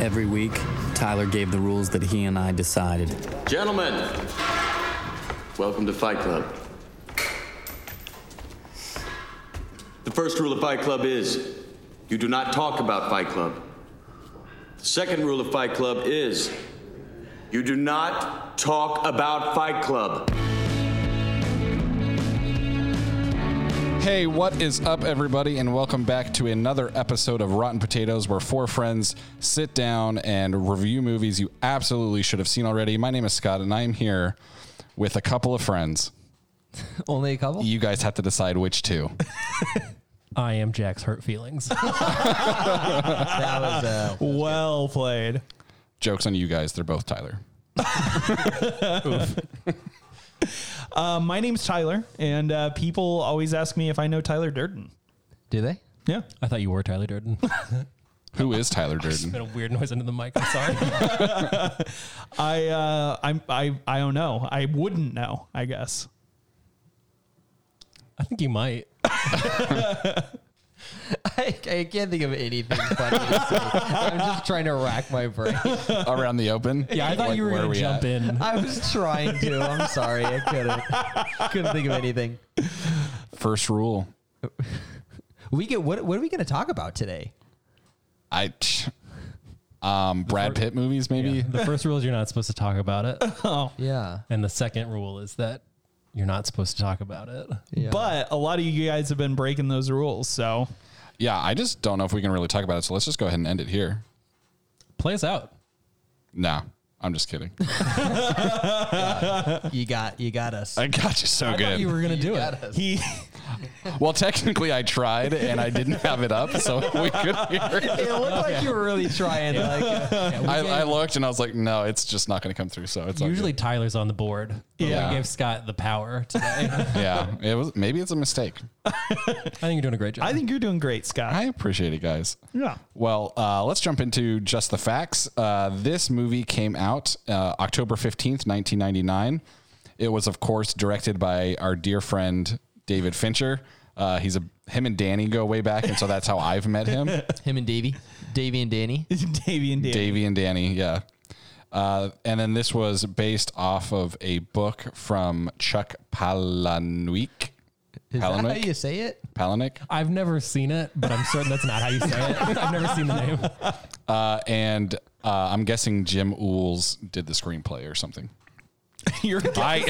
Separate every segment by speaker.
Speaker 1: Every week, Tyler gave the rules that he and I decided.
Speaker 2: Gentlemen, welcome to Fight Club. The first rule of Fight Club is you do not talk about Fight Club. The second rule of Fight Club is you do not talk about Fight Club.
Speaker 3: Hey, what is up, everybody, and welcome back to another episode of Rotten Potatoes, where four friends sit down and review movies you absolutely should have seen already. My name is Scott, and I am here with a couple of friends.
Speaker 4: Only a couple.
Speaker 3: You guys have to decide which two.
Speaker 5: I am Jack's hurt feelings.
Speaker 4: That was uh,
Speaker 6: Well played.
Speaker 3: Jokes on you guys; they're both Tyler.
Speaker 6: Um, my name's Tyler, and uh, people always ask me if I know Tyler Durden.
Speaker 4: do they?
Speaker 6: Yeah.
Speaker 5: I thought you were Tyler Durden.
Speaker 3: Who is Tyler
Speaker 5: Made
Speaker 3: Durden?
Speaker 5: a weird noise into the mic. I'm sorry.
Speaker 6: I, uh, I'm, I, I don't know. I wouldn't know, I guess.
Speaker 5: I think you might.
Speaker 4: I, I can't think of anything funny to say. I'm just trying to rack my brain.
Speaker 3: Around the open?
Speaker 5: Yeah, I thought
Speaker 3: Like,
Speaker 5: you were
Speaker 3: where are
Speaker 5: going
Speaker 3: we
Speaker 5: to jump
Speaker 3: at?
Speaker 5: in.
Speaker 4: I was trying to. I'm sorry. I couldn't. Couldn't think of anything.
Speaker 3: First rule.
Speaker 4: We get what? What are we going to talk about today?
Speaker 3: I. Um, Brad Pitt movies, maybe.
Speaker 5: The first rule is you're not supposed to talk about it,
Speaker 4: Yeah.
Speaker 5: and the second rule is that you're not supposed to talk about it.
Speaker 4: yeah.
Speaker 6: But a lot of you guys have been breaking those rules, so
Speaker 3: Yeah, I just don't know if we can really talk about it. So let's just go ahead and end it here.
Speaker 5: Plays out.
Speaker 3: Nah, I'm just kidding.
Speaker 4: you got you got us.
Speaker 3: I got you so
Speaker 5: I
Speaker 3: good.
Speaker 5: thought you were going to do it.
Speaker 4: got us.
Speaker 6: he
Speaker 3: Well, technically, I tried and I didn't have it up, so we could hear it.
Speaker 4: It looked like you were really trying. Like, uh,
Speaker 3: I, I looked and I was like, no, it's just not going to come through. So it's all
Speaker 5: Usually Tyler's on the board. but
Speaker 3: Yeah.
Speaker 5: We gave Scott the power today. I
Speaker 3: good. yeah, it was maybe it's a mistake.
Speaker 5: think you're doing a great job.
Speaker 6: I think you're doing great, Scott.
Speaker 3: I appreciate it, guys.
Speaker 6: yeah.
Speaker 3: Well, uh, let's jump into just the facts. Uh, this movie came out uh, October 15th, 1999. It was, of course, directed by our dear friend David Fincher. Uh, he's a him and Danny go way back, and so that's how I've met him.
Speaker 4: him and Davy, Davy and Danny.
Speaker 6: Davy and Davy.
Speaker 3: Davy and Danny, yeah. Uh, and then this was based off of a book from Chuck Palahniuk.
Speaker 4: Is that how
Speaker 3: Palahniuk?
Speaker 4: you say it?
Speaker 3: Palahniuk,
Speaker 5: I've never seen it, but I'm certain that's not how you say it. I've never seen the name.
Speaker 3: uh, and uh, I'm guessing Jim Ools did the screenplay or something.
Speaker 6: You're
Speaker 3: I,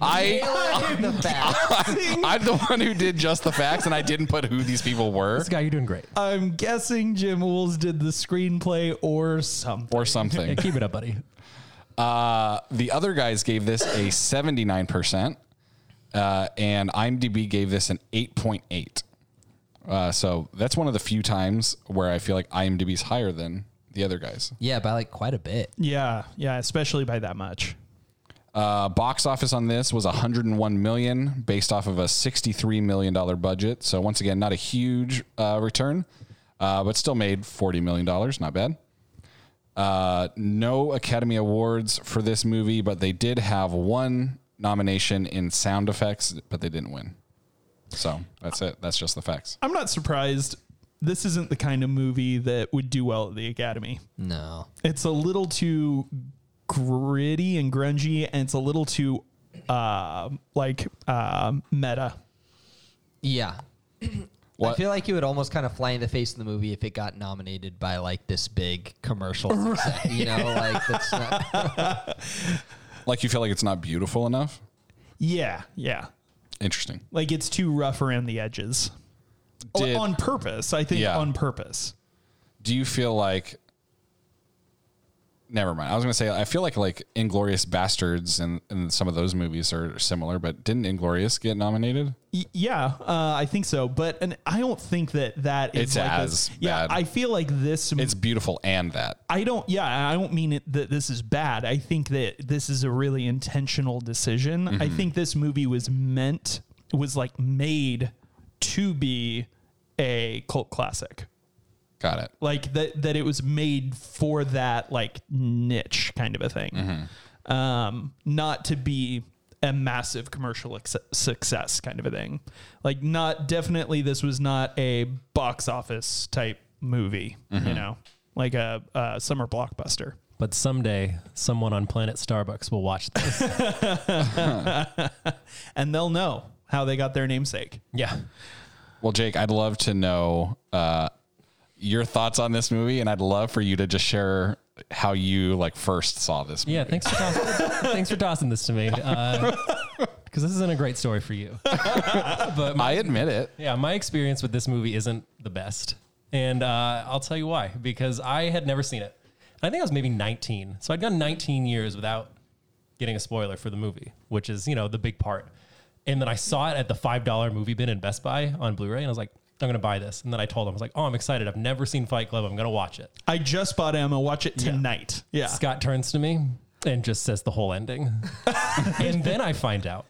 Speaker 3: I,
Speaker 4: the back.
Speaker 3: I, I'm the one who did just the facts, and I didn't put who these people were
Speaker 5: This guy, you're doing great.
Speaker 6: I'm guessing Jim Wools did the screenplay or something.
Speaker 3: or
Speaker 5: Yeah,
Speaker 3: something.
Speaker 5: keep it up, buddy.
Speaker 3: Uh, the other guys gave this a 79 percent, uh, and IMDb gave this an 8.8. Uh, so that's one of the few times where I feel like IMDb's higher than the other guys.
Speaker 4: Yeah, by like quite a bit.
Speaker 6: Yeah, yeah, especially by that much.
Speaker 3: Uh, box office on this was 101 million, based off of a 63 million dollar budget. So once again, not a huge uh, return, uh, but still made 40 million dollars. Not bad. Uh, no Academy Awards for this movie, but they did have one nomination in sound effects, but they didn't win. So that's it. That's just the facts.
Speaker 6: I'm not surprised. This isn't the kind of movie that would do well at the Academy.
Speaker 4: No.
Speaker 6: It's a little too gritty and grungy, and it's a little too uh, like uh, meta.
Speaker 4: Yeah. I
Speaker 3: What?
Speaker 4: feel like it would almost kind of fly in the face of the movie if it got nominated by like this big commercial success. You know, like that's not,
Speaker 3: Like you feel like it's not beautiful enough?
Speaker 6: Yeah, yeah.
Speaker 3: Interesting.
Speaker 6: Like it's too rough around the edges. O-
Speaker 3: Did-
Speaker 6: on purpose, I think.
Speaker 3: Yeah.
Speaker 6: On purpose.
Speaker 3: do you feel like never mind i was going to say i feel like like inglorious bastards and, and some of those movies are similar but didn't inglorious get nominated
Speaker 6: Y- yeah, uh, I think so. But and I don't think that that is
Speaker 3: It's
Speaker 6: like a-
Speaker 3: as
Speaker 6: yeah.
Speaker 3: bad.
Speaker 6: I feel like this.
Speaker 3: it's beautiful and that
Speaker 6: I don't. Yeah, I don't mean it that this is bad. I think that this is a really intentional decision. I think this movie was meant was like made to be a cult classic.
Speaker 3: got it
Speaker 6: Like that that it was made for that like niche kind of a thing. Um, not to be a massive commercial ex- success kind of a thing. Like not definitely this was not a box office type movie, you know. like a, a summer blockbuster.
Speaker 5: But someday, someone on Planet Starbucks will watch this.
Speaker 6: And they'll know how they got their namesake.
Speaker 5: yeah.
Speaker 3: Well, Jake, I'd love to know uh, your thoughts on this movie, and I'd love for you to just share how you like first saw this movie.
Speaker 5: Yeah. Thanks for tossing, thanks for tossing this to me. Because this isn't a great story for you. but my,
Speaker 3: I admit it.
Speaker 5: yeah, my experience with this movie isn't the best. And uh, I'll tell you why. Because I had never seen it. And I think I was maybe 19. So I'd gone 19 years without getting a spoiler for the movie, which is, you know, the big part. And then I saw it at the $5 movie bin in Best Buy on Blu ray. And I was like, I'm going to buy this. And then I told him, I was like, oh, I'm excited. I've never seen Fight Club. I'm going to watch it.
Speaker 6: I just bought Emma. Watch it tonight. Yeah.
Speaker 5: Scott turns to me and just says the whole ending. and then I find out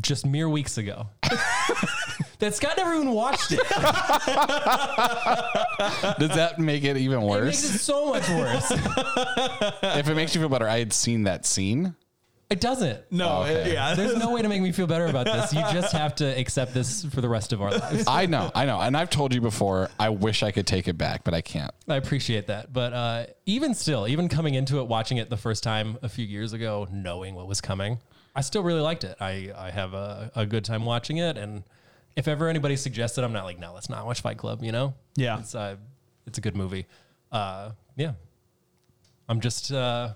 Speaker 5: just mere weeks ago that Scott never even watched it.
Speaker 3: Does that make it even
Speaker 5: It makes
Speaker 3: worse?
Speaker 5: it so much worse.
Speaker 3: if it makes you feel better, I had seen that scene.
Speaker 5: It doesn't.
Speaker 6: No,
Speaker 3: Okay.
Speaker 6: it- yeah.
Speaker 5: There's no way to make me feel better about this. You just have to accept this for the rest of our lives.
Speaker 3: I know, I know, and I've told you before. I wish I could take it back, but I can't.
Speaker 5: I appreciate that. But uh, even still, even coming into it, watching it the first time a few years ago, knowing what was coming, I still really liked it. I, I have a, a good time watching it. And if ever anybody suggests it, I'm not like, no, let's not watch Fight Club, you know?
Speaker 6: Yeah.
Speaker 5: It's, uh, it's a good movie. Uh, yeah. I'm just, uh,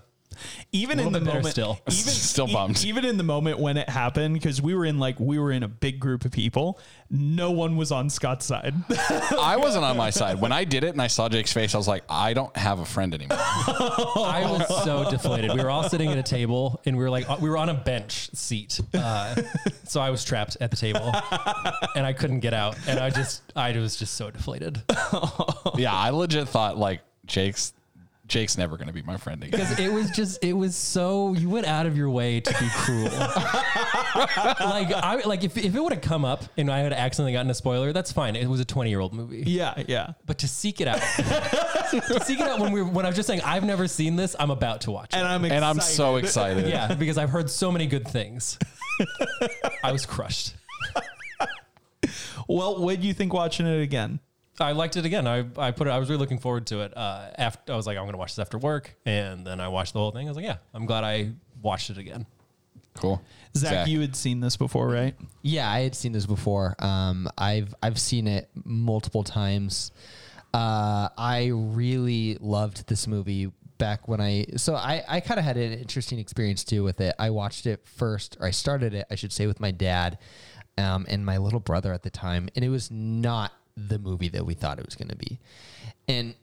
Speaker 6: even in
Speaker 5: little
Speaker 6: the
Speaker 5: bit bitter
Speaker 6: moment,
Speaker 5: still.
Speaker 6: even,
Speaker 3: Still
Speaker 6: e-
Speaker 3: bummed.
Speaker 6: even in the moment when it happened, because we were in like we were in a big group of people. No one was on Scott's side.
Speaker 3: I wasn't on my side when I did it, and I saw Jake's face. I was like, I don't have a friend anymore.
Speaker 5: I was so deflated. We were all sitting at a table and we were like, we were on a bench seat. Uh, so I was trapped at the table and I couldn't get out. And I just, I was just so deflated.
Speaker 3: yeah, I legit thought like Jake's Jake's never gonna be my friend again.
Speaker 5: Because it was just, it was so, you went out of your way to be cruel. like, I, like if, if it would have come up and I had accidentally gotten a spoiler, that's fine. It was a 20 year old movie.
Speaker 6: yeah, yeah.
Speaker 5: But to seek it out, to seek it out when we were, when I was just saying, I've never seen this, I'm about to watch it.
Speaker 6: And I'm excited.
Speaker 3: And I'm so excited.
Speaker 5: Yeah, because I've heard so many good things. I was crushed.
Speaker 6: Well, what do you think watching it again?
Speaker 5: I liked it again. I, I put it. I was really looking forward to it. Uh, after I was like, I'm gonna watch this after work, and then I watched the whole thing. I was like, yeah, I'm glad I watched it again.
Speaker 3: Cool.
Speaker 6: Zach, you had seen this before, right?
Speaker 4: Yeah, I had seen this before. Um, I've I've seen it multiple times. Uh, I really loved this movie back when I so I I kind of had an interesting experience too with it. I watched it first, or I started it, I should say, with my dad um, and my little brother at the time, and it was not the movie that we thought it was going to be, and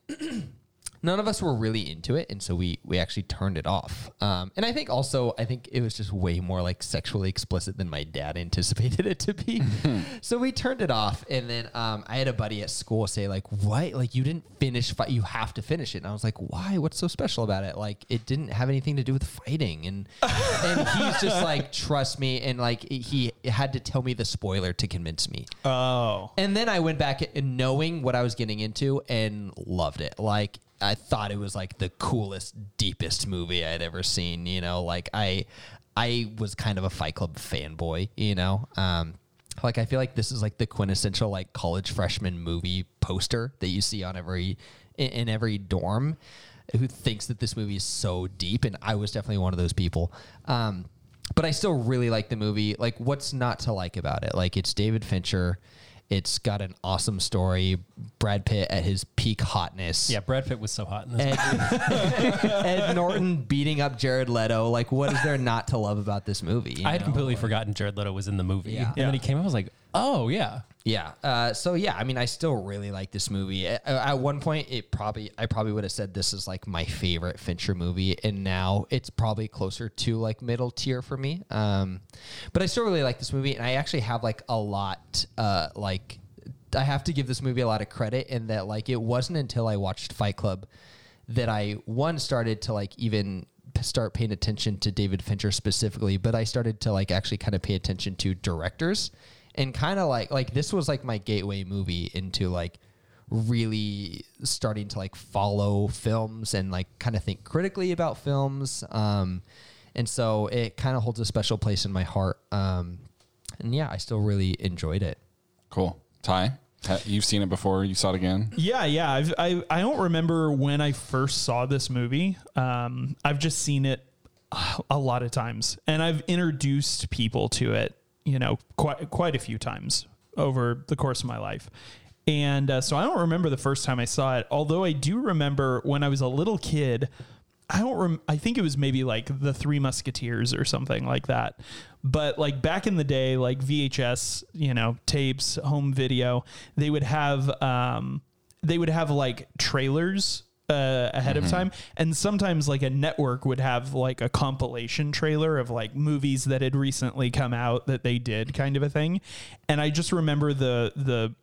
Speaker 4: none of us were really into it, and so we we actually turned it off. Um, and I think also I think it was just way more like sexually explicit than my dad anticipated it to be, so we turned it off. And then um, I had a buddy at school say like, "What? Like you didn't finish fight? You have to finish it." And I was like, "Why? What's so special about it? Like it didn't have anything to do with fighting." And and he's just like, "Trust me," and like he had to tell me the spoiler to convince me.
Speaker 6: Oh,
Speaker 4: And then I went back and knowing what I was getting into and loved it. Like I thought it was like the coolest, deepest movie I'd ever seen. You know, like I, I was kind of a Fight Club fanboy. You know, um, like I feel like this is like the quintessential like college freshman movie poster that you see on every in, in every dorm, who thinks that this movie is so deep. And I was definitely one of those people. Um, but I still really like the movie. Like, what's not to like about it? Like, it's David Fincher. It's got an awesome story. Brad Pitt at his peak hotness.
Speaker 5: Yeah, Brad Pitt was so hot in this.
Speaker 4: Ed, Ed Norton beating up Jared Leto. Like, what is there not to love about this movie? you
Speaker 5: I had
Speaker 4: know?
Speaker 5: completely forgotten Jared Leto was in the movie,
Speaker 4: Yeah.
Speaker 5: and then he came up. I was like, oh yeah,
Speaker 4: Yeah. Uh, so yeah, I mean, I still really like this movie. At, at one point, it probably I probably would have said this is like my favorite Fincher movie, and now it's probably closer to like middle tier for me. Um, but I still really like this movie, and I actually have like a lot uh, like I have to give this movie a lot of credit in that like it wasn't until I watched Fight Club that I one started to like even p- start paying attention to David Fincher specifically, but I started to like actually kind of pay attention to directors and kind of like like this was like my gateway movie into like really starting to like follow films and like kind of think critically about films. Um, and so it kind of holds a special place in my heart. Um, and yeah, I still really enjoyed it.
Speaker 3: Cool. Ty. Ha- You've seen it before. You saw it again.
Speaker 6: Yeah, yeah. I've, I I don't remember when I first saw this movie. Um, I've just seen it a lot of times, and I've introduced people to it. You know, quite quite a few times over the course of my life, and uh, so I don't remember the first time I saw it. Although I do remember when I was a little kid. I don't. Rem- I think it was maybe like the Three Musketeers or something like that. But like back in the day, like VHS, you know, tapes, home video, they would have um, they would have like trailers uh, ahead of time and sometimes like a network would have like a compilation trailer of like movies that had recently come out that they did kind of a thing and i just remember the the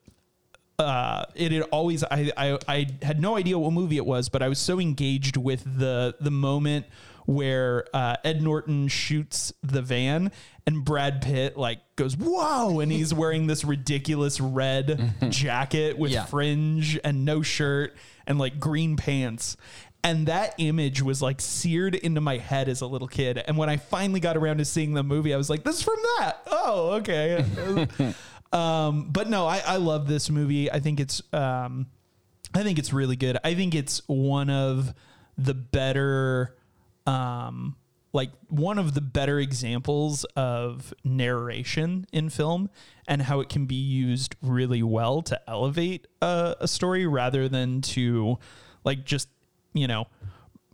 Speaker 6: uh, it had always I, I I had no idea what movie it was, but I was so engaged with the the moment where uh, Ed Norton shoots the van and Brad Pitt like goes whoa and he's wearing this ridiculous red jacket with
Speaker 4: Yeah.
Speaker 6: fringe and no shirt and like green pants. And that image was like seared into my head as a little kid. And when I finally got around to seeing the movie, I was like, this is from that. Oh, okay. Um, but no, I, I love this movie. I think it's um, I think it's really good. I think it's one of the better um, like one of the better examples of narration in film and how it can be used really well to elevate a, a story rather than to like just you know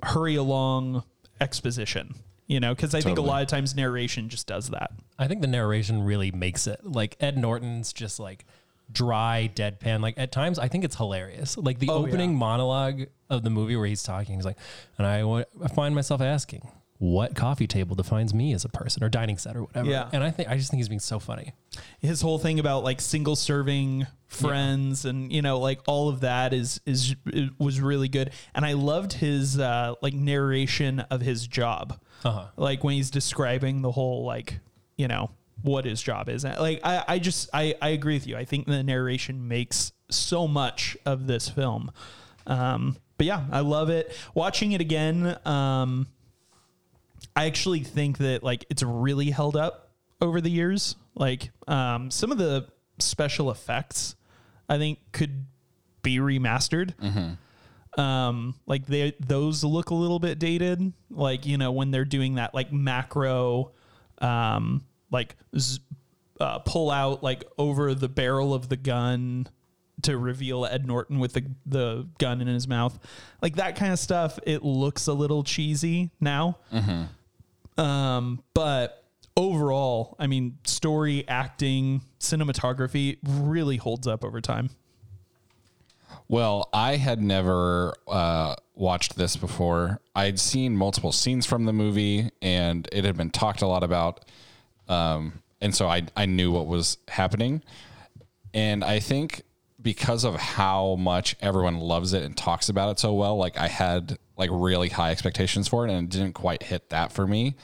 Speaker 6: hurry along exposition. You know, because I think
Speaker 3: Totally.
Speaker 6: a lot of times narration just does that.
Speaker 5: I think the narration really makes it. Like Ed Norton's just like dry deadpan. Like at times, I think it's hilarious. Like
Speaker 4: Oh,
Speaker 5: the opening monologue of the movie where he's talking, he's like, and I wa- I find myself asking, what coffee table defines me as a person or dining set or whatever.
Speaker 6: Yeah.
Speaker 5: And I think, I just think he's being so funny.
Speaker 6: his whole thing about like single serving friends and you know like all of that is is it was really good and i loved his uh like narration of his job uh-huh. like when he's describing the whole like you know what his job is like i i just i i agree with you i think the narration makes so much of this film um but yeah i love it watching it again um I actually think that like it's really held up over the years. Like um, some of the special effects, I think could be remastered. Um, like they those look a little bit dated. Like you know when they're doing that like macro, um, like z- uh, pull out like over the barrel of the gun to reveal Ed Norton with the the gun in his mouth, like that kind of stuff. It looks a little cheesy now. Um, but overall, I mean, story, acting, cinematography really holds up over time.
Speaker 3: Well, I had never uh, watched this before. I'd seen multiple scenes from the movie, and it had been talked a lot about. Um, and so I, I knew what was happening. And I think because of how much everyone loves it and talks about it so well, like I had like really high expectations for it, and it didn't quite hit that for me.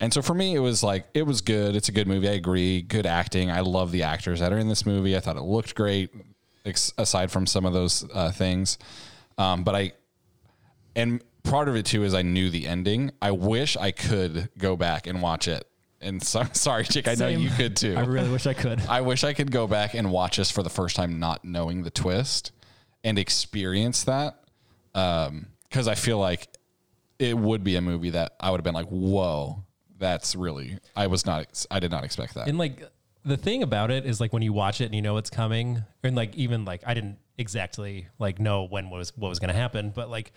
Speaker 3: And so for me, it was like it was good. It's a good movie. I agree. Good acting. I love the actors that are in this movie. I thought it looked great, ex- aside from some of those uh, things. Um, but I and part of it too is I knew the ending. I wish I could go back and watch it. And so sorry, Chick. I know
Speaker 5: Same.
Speaker 3: you could too.
Speaker 5: I really wish I could.
Speaker 3: I wish I could go back and watch this for the first time, not knowing the twist and experience that. Um, cause I feel like it would be a movie that I would have been like, whoa, that's really, I was not, I did not expect that.
Speaker 5: And like the thing about it is like when you watch it and you know it's coming, and like even like I didn't exactly like know when was what was gonna happen, but like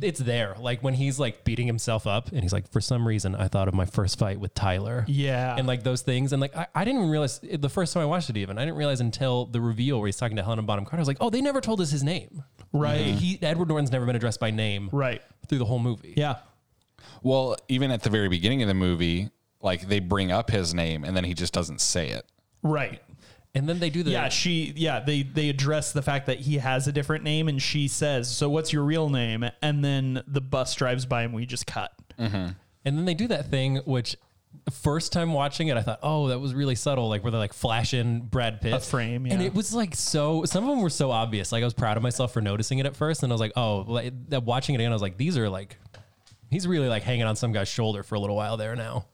Speaker 5: it's there. Like when he's like beating himself up and he's like, for some reason I thought of my first fight with Tyler.
Speaker 6: Yeah.
Speaker 5: And like those things. And like I, I didn't even realize the first time I watched it even, I didn't realize until the reveal where he's talking to Helena Bottom Carter. I was like, oh, they never told us his name.
Speaker 6: Right.
Speaker 5: He Edward Norton's never been addressed by name
Speaker 6: Right.
Speaker 5: through the whole movie.
Speaker 6: Yeah.
Speaker 3: well, even at the very beginning of the movie, like they bring up his name and then he just doesn't say it.
Speaker 6: Right.
Speaker 5: And then they do the
Speaker 6: Yeah, she yeah, they they address the fact that he has a different name and she says, "So what's your real name?" and then the bus drives by and we just cut.
Speaker 5: And then they do that thing, which the first time watching it, I thought, oh, that was really subtle, like where they like flash in Brad Pitt.
Speaker 6: A frame,
Speaker 5: And
Speaker 6: yeah.
Speaker 5: it was like so, some of them were so obvious. Like I was proud of myself for noticing it at first. And I was like, oh, like, that- watching it again, I was like, these are like, he's really like hanging on some guy's shoulder for a little while there now.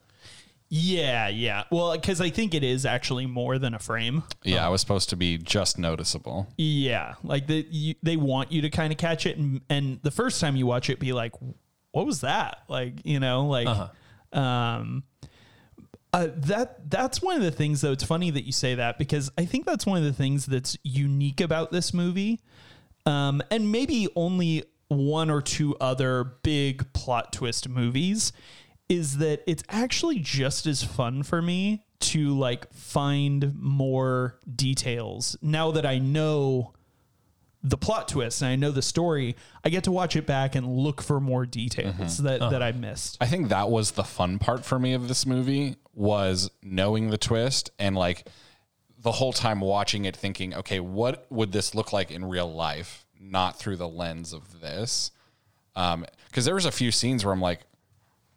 Speaker 6: Yeah, yeah. Well, because I think it is actually more than a frame.
Speaker 3: Yeah, it was supposed to be just noticeable.
Speaker 6: Yeah, like the, you, they want you to kind of catch it, and, and the first time you watch it, be like, "What was that?" Like you know, like um, uh, that. That's one of the things, though. It's funny that you say that because I think that's one of the things that's unique about this movie, um, and maybe only one or two other big plot twist movies is that it's actually just as fun for me to like find more details now that I know the plot twist and I know the story. I get to watch it back and look for more details that that I missed.
Speaker 3: I think that was the fun part for me of this movie was knowing the twist and like the whole time watching it thinking, okay, what would this look like in real life, not through the lens of this? Um, cuz there was a few scenes where I'm like,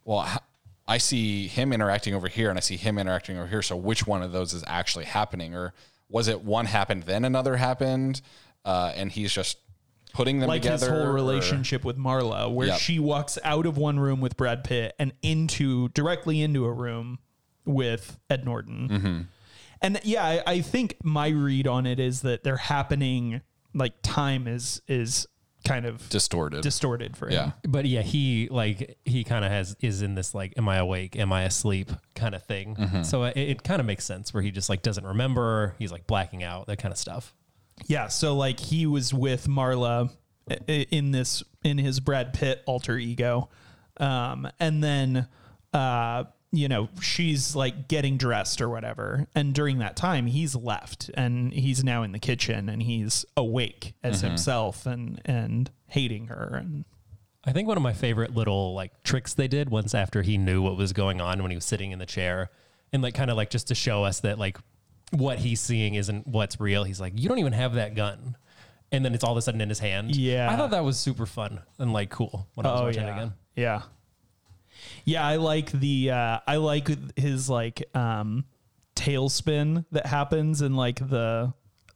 Speaker 3: well, h- I see him interacting over here and I see him interacting over here, so which one of those is actually happening or was it one happened then another happened uh, and he's just putting them
Speaker 6: Like
Speaker 3: together
Speaker 6: his whole
Speaker 3: or-
Speaker 6: relationship with Marla, where
Speaker 3: Yep.
Speaker 6: she walks out of one room with Brad Pitt and into directly into a room with Ed Norton.
Speaker 3: Mm-hmm.
Speaker 6: And yeah, I, I think my read on it is that they're happening like time is is kind of
Speaker 3: distorted.
Speaker 6: distorted for him.
Speaker 3: Yeah.
Speaker 5: but yeah, he like he kind of has is in this like, am I awake? Am I asleep? Kind of thing. So uh, it, it kind of makes sense where he just like doesn't remember. He's like blacking out that kind of stuff.
Speaker 6: Yeah, so like he was with Marla i- i- in this in his Brad Pitt alter ego. Um and then uh you know, she's like getting dressed or whatever. And during that time, he's left and he's now in the kitchen and he's awake as
Speaker 5: Mm-hmm.
Speaker 6: himself and and hating her and
Speaker 5: I think one of my favorite little like tricks they did once after he knew what was going on when he was sitting in the chair and like kind of like just to show us that like what he's seeing isn't what's real. He's like, you don't even have that gun. And then it's all of a sudden in his hand.
Speaker 6: Yeah.
Speaker 5: I thought that was super fun and like cool when I was watching it again.
Speaker 6: Oh, Yeah. Yeah, I like the uh I like his like um tailspin that happens in like the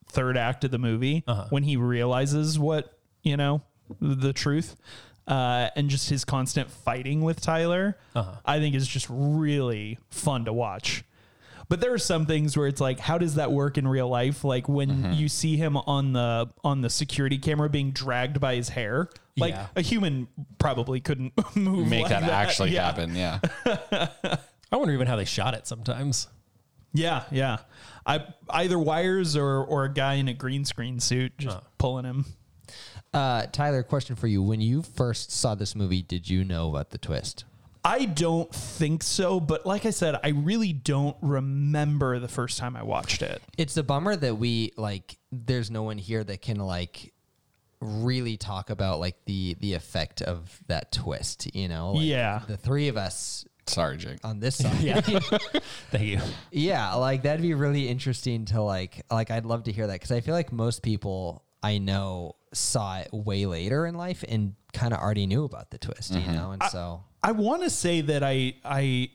Speaker 6: third act of the movie
Speaker 3: Uh-huh.
Speaker 6: when he realizes what, you know, the truth. Uh, and just his constant fighting with Tyler,
Speaker 3: Uh-huh.
Speaker 6: I think is just really fun to watch. But there are some things where it's like, how does that work in real life? Like when
Speaker 3: Mm-hmm.
Speaker 6: you see him on the on the security camera being dragged by his hair, like
Speaker 5: Yeah.
Speaker 6: a human probably couldn't move.
Speaker 3: Make
Speaker 6: like
Speaker 3: that, actually
Speaker 6: Yeah.
Speaker 3: happen. Yeah.
Speaker 5: I wonder even how they shot it sometimes.
Speaker 6: Yeah, yeah. I either wires or or a guy in a green screen suit just pulling him.
Speaker 4: Uh, Tyler, question for you. When you first saw this movie, did you know about the twist?
Speaker 6: I don't think so, but like I said, I really don't remember the first time I watched it.
Speaker 4: It's a bummer that we like there's no one here that can like really talk about like the the effect of that twist, you know? Like,
Speaker 6: Yeah.
Speaker 4: The three of us
Speaker 3: Sorry, Jake.
Speaker 4: on this side.
Speaker 5: Yeah. Thank you.
Speaker 4: Yeah, like that'd be really interesting to like like I'd love to hear that cuz I feel like most people I know saw it way later in life and kind of already knew about the twist, you know? And so
Speaker 6: I want to say that I I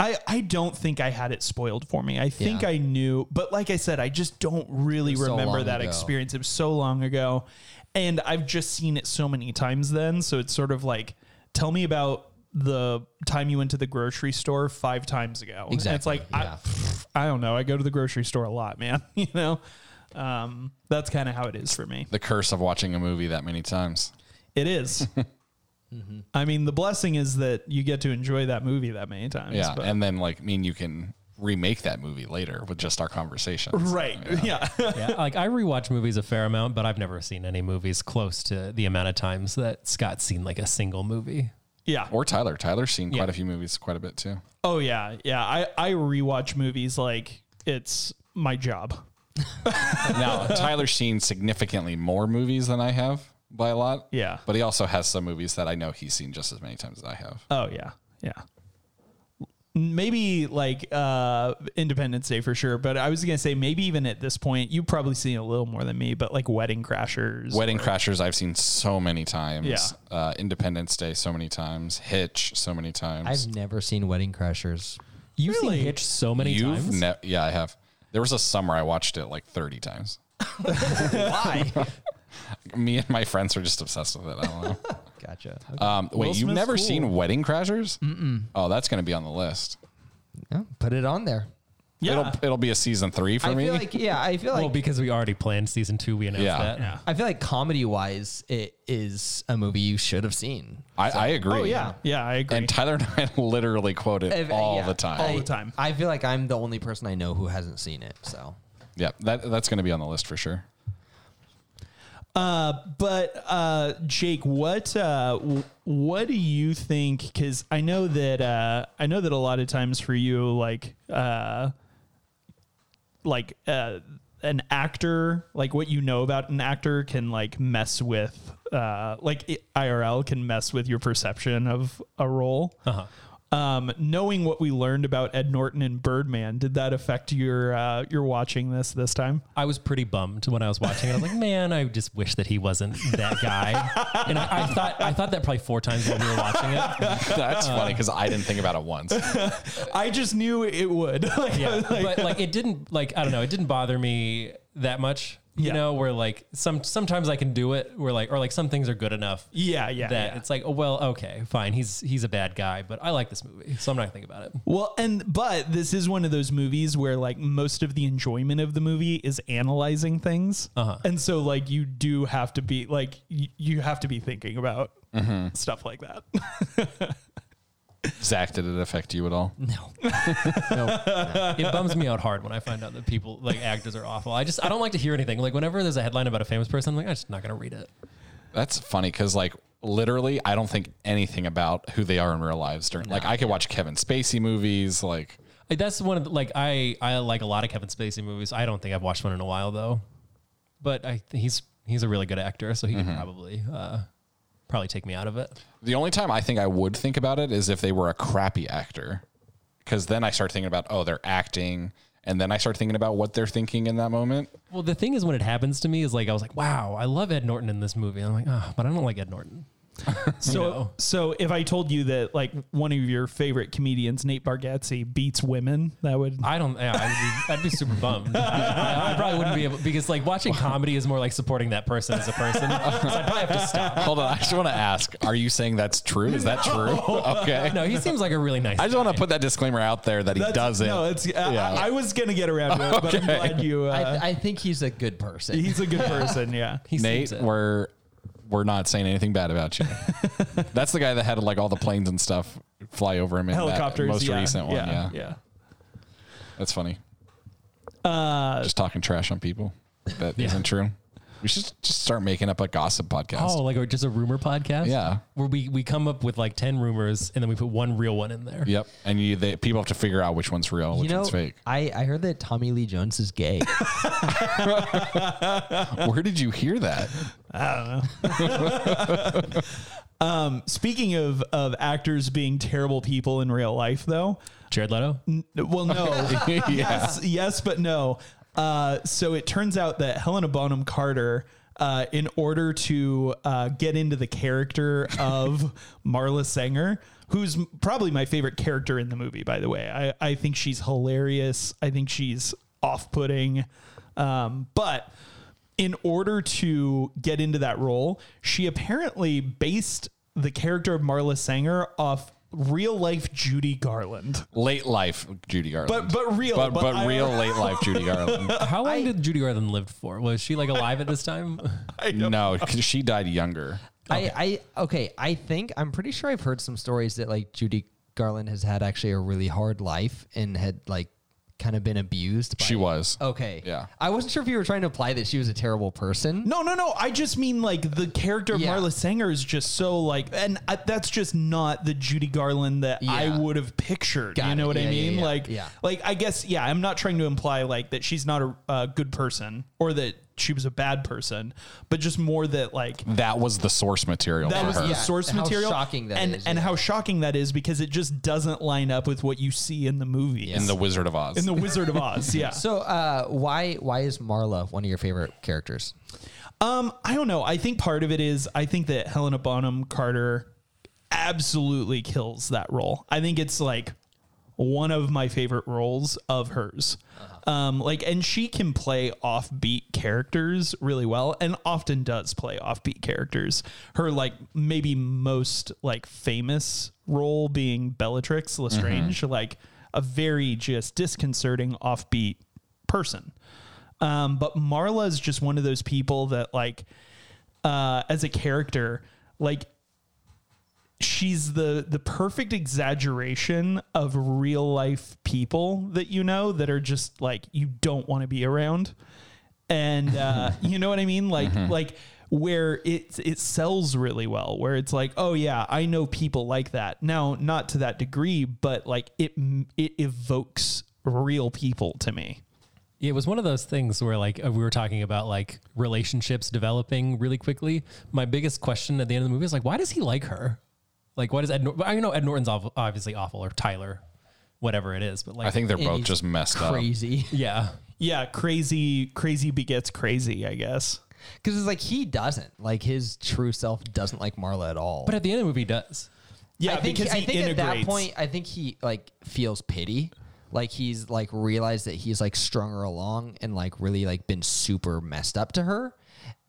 Speaker 6: I I don't think I had it spoiled for me. I think
Speaker 4: Yeah.
Speaker 6: I knew, but like I said, I just don't really
Speaker 4: was so
Speaker 6: remember
Speaker 4: long
Speaker 6: that
Speaker 4: ago.
Speaker 6: experience. It was so long ago, and I've just seen it so many times then. So it's sort of like, tell me about the time you went to the grocery store five times ago. And it's
Speaker 4: Exactly,
Speaker 6: like
Speaker 4: yeah.
Speaker 6: I, I don't know. I go to the grocery store a lot, man. you know, um, that's kind of how it is for me.
Speaker 3: The curse of watching a movie that many times.
Speaker 6: It is.
Speaker 3: Mm-hmm.
Speaker 6: I mean, the blessing is that you get to enjoy that movie that many times.
Speaker 3: Yeah.
Speaker 6: but-
Speaker 3: And then, like, mean you can remake that movie later with just our conversations.
Speaker 6: right. Yeah.
Speaker 5: Yeah. Like I rewatch movies a fair amount, but I've never seen any movies close to the amount of times that Scott's seen like a single movie.
Speaker 6: Yeah.
Speaker 3: Or Tyler. Tyler's seen
Speaker 5: Yeah.
Speaker 3: quite a few movies quite a bit too.
Speaker 6: Oh yeah. Yeah. I I rewatch movies like it's my job.
Speaker 3: Now, Tyler's seen significantly more movies than I have by a lot.
Speaker 6: Yeah.
Speaker 3: But he also has some movies that I know he's seen just as many times as I have.
Speaker 6: Oh yeah. Yeah. Maybe like uh Independence Day for sure, but I was gonna say maybe even at this point you probably seen a little more than me, but like Wedding Crashers.
Speaker 3: Wedding Crashers, I've seen so many times.
Speaker 6: Yeah.
Speaker 3: Uh, Independence Day, so many times. Hitch, so many times.
Speaker 4: I've never seen Wedding Crashers.
Speaker 5: You've
Speaker 6: Really?
Speaker 5: seen Hitch so many
Speaker 3: You've
Speaker 5: times.
Speaker 3: ne- yeah, I have. There was a summer I watched it like 30 times.
Speaker 4: Why?
Speaker 3: Me and my friends are just obsessed with it. I don't know.
Speaker 4: gotcha. Uh,
Speaker 3: Um, wait,
Speaker 6: Will
Speaker 3: you've
Speaker 6: Smith's
Speaker 3: never
Speaker 6: cool.
Speaker 3: seen Wedding Crashers? Mm-mm. Oh, that's going to be on the list.
Speaker 4: Yeah, put it on there.
Speaker 6: Yeah.
Speaker 3: It'll it'll be a season three for
Speaker 4: I
Speaker 3: me.
Speaker 4: feel like yeah, I feel like
Speaker 5: well, because we already planned season two, we announced
Speaker 3: Yeah.
Speaker 5: that.
Speaker 6: Yeah.
Speaker 4: I feel like comedy wise, it is a movie you should have seen.
Speaker 3: I, I agree.
Speaker 4: Oh, yeah.
Speaker 6: yeah, I agree.
Speaker 3: And Tyler and I literally quote it
Speaker 4: If-
Speaker 3: all
Speaker 4: yeah,
Speaker 3: the time.
Speaker 6: All the time.
Speaker 4: I feel like I'm the only person I know who hasn't seen it. So
Speaker 3: yeah, that that's going to be on the list for sure.
Speaker 6: Uh, but uh, Jake, what uh, w- what do you think? Because I know that uh, I know that a lot of times for you, like uh, like uh, an actor, like what you know about an actor can like mess with, uh, like i- IRL can mess with your perception of a role.
Speaker 5: Uh-huh.
Speaker 6: Um, knowing what we learned about Ed Norton and Birdman, did that affect your uh, your watching this this time?
Speaker 5: I was pretty bummed when I was watching it. I was like, man, I just wish that he wasn't that guy. and I, I thought I thought that probably four times while we were watching it.
Speaker 3: That's funny because I didn't think about it once.
Speaker 6: I just knew it would. Like, I
Speaker 5: Yeah.
Speaker 6: was like-
Speaker 5: but like it didn't like I don't know, it didn't bother me that much. You
Speaker 6: Yeah.
Speaker 5: know, where like some sometimes I can do it where like or like some things are good enough
Speaker 6: Yeah, yeah.
Speaker 5: that
Speaker 6: yeah.
Speaker 5: it's like, oh well, okay, fine. He's he's a bad guy, but I like this movie, so I'm not gonna think about it.
Speaker 6: well, and but this is one of those movies where like most of the enjoyment of the movie is analyzing things,
Speaker 3: Uh-huh.
Speaker 6: and so like you do have to be like y- you have to be thinking about
Speaker 3: Mm-hmm.
Speaker 6: stuff like that.
Speaker 3: Zach, did it affect you at all?
Speaker 5: it bums me out hard when I find out that people like actors are awful. I just I don't like to hear anything. Like whenever there's a headline about a famous person, I'm like, I'm just not gonna read it.
Speaker 3: That's funny because like literally, I don't think anything about who they are in real lives. During like, I could watch Kevin Spacey movies. Like,
Speaker 5: Like, That's one of the, like I I like a lot of Kevin Spacey movies. I don't think I've watched one in a while though, but I he's he's a really good actor, so he
Speaker 3: Mm-hmm.
Speaker 5: could probably uh, probably take me out of it.
Speaker 3: the only time I think I would think about it is if they were a crappy actor, because then I start thinking about oh they're acting, and then I start thinking about what they're thinking in that moment.
Speaker 5: Well, the thing is, when it happens to me, is like I was like, wow, I love Ed Norton in this movie. And I'm like, ah, but I don't like Ed Norton.
Speaker 6: so, so if I told you that like one of your favorite comedians, Nate Bargatze, beats women, that would
Speaker 5: I don't. Yeah, I'd, be, I'd be super bummed. I, I- I probably wouldn't be able because like watching comedy is more like supporting that person as a person. So I probably have to stop.
Speaker 3: Hold on, I just want to ask: Are you saying that's true? Is that true? Okay.
Speaker 5: No, he seems like a really nice.
Speaker 3: I just want to put that disclaimer out there that he
Speaker 6: That's-
Speaker 3: doesn't.
Speaker 6: No, it's I-
Speaker 3: Yeah.
Speaker 6: I, I was gonna get around to it, but I'm glad you. Uh,
Speaker 4: I, I think he's a good person.
Speaker 6: he's a good person. Yeah.
Speaker 5: he
Speaker 3: Nate,
Speaker 5: seems it.
Speaker 3: we're we're not saying anything bad about you. That's the guy that had like all the planes and stuff fly over him in
Speaker 6: Helicopters.
Speaker 3: that most
Speaker 6: yeah,
Speaker 3: recent one. Yeah,
Speaker 6: Yeah.
Speaker 3: that's funny. just talking trash on people. That not true. We should just start making up a gossip podcast.
Speaker 5: Oh, like or just a rumor podcast?
Speaker 3: Yeah.
Speaker 5: Where we, we come up with like 10 rumors and then we put one real one in there.
Speaker 3: Yep, and you they, people have to figure out which one's real,
Speaker 4: you
Speaker 3: which
Speaker 4: know,
Speaker 3: one's fake.
Speaker 4: I, I heard that Tommy Lee Jones is gay.
Speaker 3: Where did you hear that?
Speaker 6: Speaking of of actors being terrible people in real life, though,
Speaker 5: Jared Leto?
Speaker 6: well, no,
Speaker 3: yeah,
Speaker 6: yes, yes, but no. Uh, so it turns out that Helena Bonham Carter, uh, in order to uh, get into the character of Marla Sanger, who's m- probably my favorite character in the movie, by the way, I, I think she's hilarious. I think she's off putting. Um, but in order to get into that role, she apparently based the character of Marla Sanger off real life Judy Garland.
Speaker 3: late life Judy Garland,
Speaker 6: But- but real,
Speaker 3: but,
Speaker 6: but
Speaker 3: but
Speaker 6: I-
Speaker 3: real late life Judy Garland.
Speaker 5: How long did Judy Garland live for? Was she like alive at this time?
Speaker 3: No, because she died younger.
Speaker 4: I, I okay. I think I'm pretty sure I've heard some stories that like Judy Garland has had actually a really hard life and had like kind of been abused. By,
Speaker 3: She was.
Speaker 4: okay.
Speaker 3: Yeah.
Speaker 4: I wasn't sure if you were trying to imply that she was a terrible person.
Speaker 6: No, no, no. I just mean like the character of
Speaker 4: Yeah.
Speaker 6: Marla Sanger is just so like, and I, that's just not the Judy Garland that I
Speaker 4: Yeah.
Speaker 6: would have pictured.
Speaker 4: Got
Speaker 6: you
Speaker 4: it.
Speaker 6: know what I
Speaker 4: Yeah, yeah,
Speaker 6: mean?
Speaker 4: yeah.
Speaker 6: Like,
Speaker 4: Yeah.
Speaker 6: like I guess, yeah. I'm not trying to imply like that she's not a, a good person or that she was a bad person, but just more that like
Speaker 3: That was the source material
Speaker 6: that
Speaker 3: for
Speaker 6: was
Speaker 3: her.
Speaker 6: the
Speaker 4: Yeah,
Speaker 6: source
Speaker 4: how
Speaker 6: material.
Speaker 4: shocking that
Speaker 6: and
Speaker 4: is,
Speaker 6: and
Speaker 4: yeah.
Speaker 6: how shocking that is because it just doesn't line up with what you see in the movie.
Speaker 3: in the Wizard of Oz.
Speaker 6: in the Wizard of Oz. Yeah.
Speaker 4: So uh, why why is Marla one of your favorite characters?
Speaker 6: Um, I don't know. I think part of it is I think that Helena Bonham Carter absolutely kills that role. I think it's like one of my favorite roles of hers. Um, like, and she can play offbeat characters really well, and often does play offbeat characters. Her like maybe most like famous role being Bellatrix Lestrange. Like, a very just disconcerting, offbeat person. Um, but Marla is just one of those people that, like, uh, as a character, like she's the the perfect exaggeration of real life people that you know that are just like you don't want to be around and uh, you know what i mean like like where it it sells really well where it's like oh yeah i know people like that now not to that degree but like it it evokes real people to me
Speaker 5: Yeah, it was one of those things where like uh, we were talking about like relationships developing really quickly. My biggest question at the end of the movie is like, why does he like her? Like, why does Ed? Nor- I know Ed Norton's awful, obviously awful, or Tyler, whatever it is. But like,
Speaker 3: I think they're both
Speaker 4: he's
Speaker 3: just messed up.
Speaker 4: crazy
Speaker 5: yeah,
Speaker 6: yeah crazy crazy begets crazy i guess
Speaker 4: because it's like he doesn't like his true self doesn't like Marla at all.
Speaker 5: but at the end of the movie, he does.
Speaker 6: yeah
Speaker 4: uh, I think,
Speaker 6: because
Speaker 4: I
Speaker 6: he
Speaker 4: think at that
Speaker 6: integrates.
Speaker 4: point, I think he like feels pity. Like he's like realized that he's like strung her along and like really like been super messed up to her.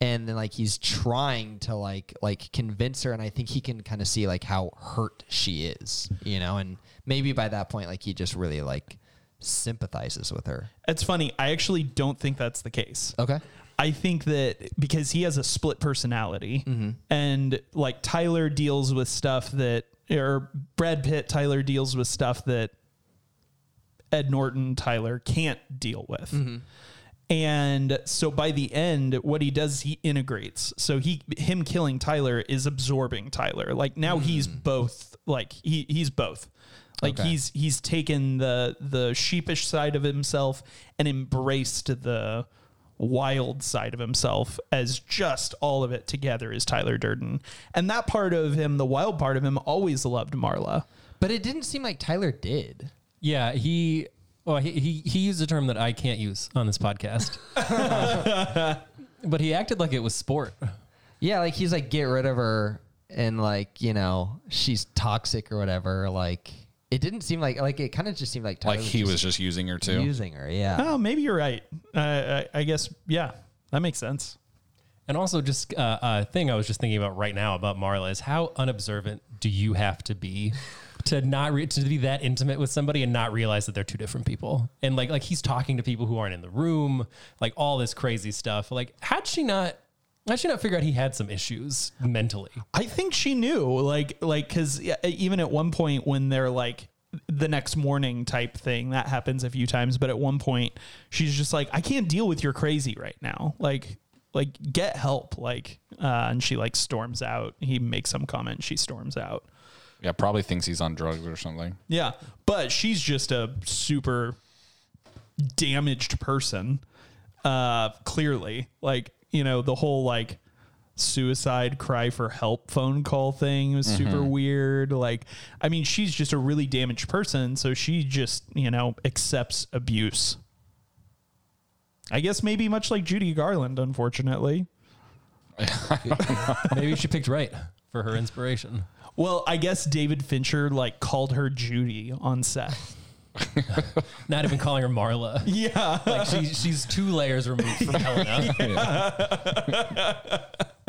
Speaker 4: And then like he's trying to like like convince her and I think he can kind of see like how hurt she is, you know, and maybe by that point like he just really like sympathizes with her.
Speaker 6: It's funny. I actually don't think that's the case.
Speaker 4: Okay.
Speaker 6: I think that because he has a split personality
Speaker 4: Mm-hmm.
Speaker 6: and like Tyler deals with stuff that or Brad Pitt Tyler deals with stuff that Ed Norton Tyler can't deal with.
Speaker 4: Mm-hmm.
Speaker 6: And so by the end, what he does, he integrates. So he him killing Tyler is absorbing Tyler. Like now he's both. Like he he's both. Like he's he's taken the the sheepish side of himself and embraced the wild side of himself as just all of it together is Tyler Durden. And that part of him, the wild part of him, always loved Marla.
Speaker 4: But it didn't seem like Tyler did.
Speaker 5: Yeah, he. Well, he, he he used a term that I can't use on this podcast, but he acted like it was sport.
Speaker 4: Yeah, like he's like get rid of her and like, you know, she's toxic or whatever. Like it didn't seem like like it kind of just seemed like Tyler
Speaker 3: Like he was just using her too.
Speaker 4: using her. Yeah.
Speaker 6: Oh, maybe you're right. I I, I guess yeah, that makes sense.
Speaker 5: And also, just uh, a thing I was just thinking about right now about Marla is how unobservant do you have to be to not re- to be that intimate with somebody and not realize that they're two different people? And like like he's talking to people who aren't in the room, like all this crazy stuff. Like how'd she not? How'd she not figure out he had some issues mentally?
Speaker 6: I think she knew, like, like, because even at one point when they're like the next morning type thing, that happens a few times. But at one point, she's just like, "I can't deal with your crazy right now. Like, like, get help." Like, uh, and she like storms out. He makes some comment. She storms out.
Speaker 3: Yeah, probably thinks he's on drugs or something.
Speaker 6: Yeah, but she's just a super damaged person. Uh, clearly, like you know, the whole like suicide cry for help phone call thing was super weird. Like, I mean, she's just a really damaged person, so she just you know accepts abuse. I guess maybe much like Judy Garland, unfortunately.
Speaker 5: Maybe she picked right for her inspiration.
Speaker 6: Well, I guess David Fincher like called her Judy on set.
Speaker 5: Not even calling her Marla.
Speaker 6: Yeah.
Speaker 5: Like she, she's two layers removed from Helena.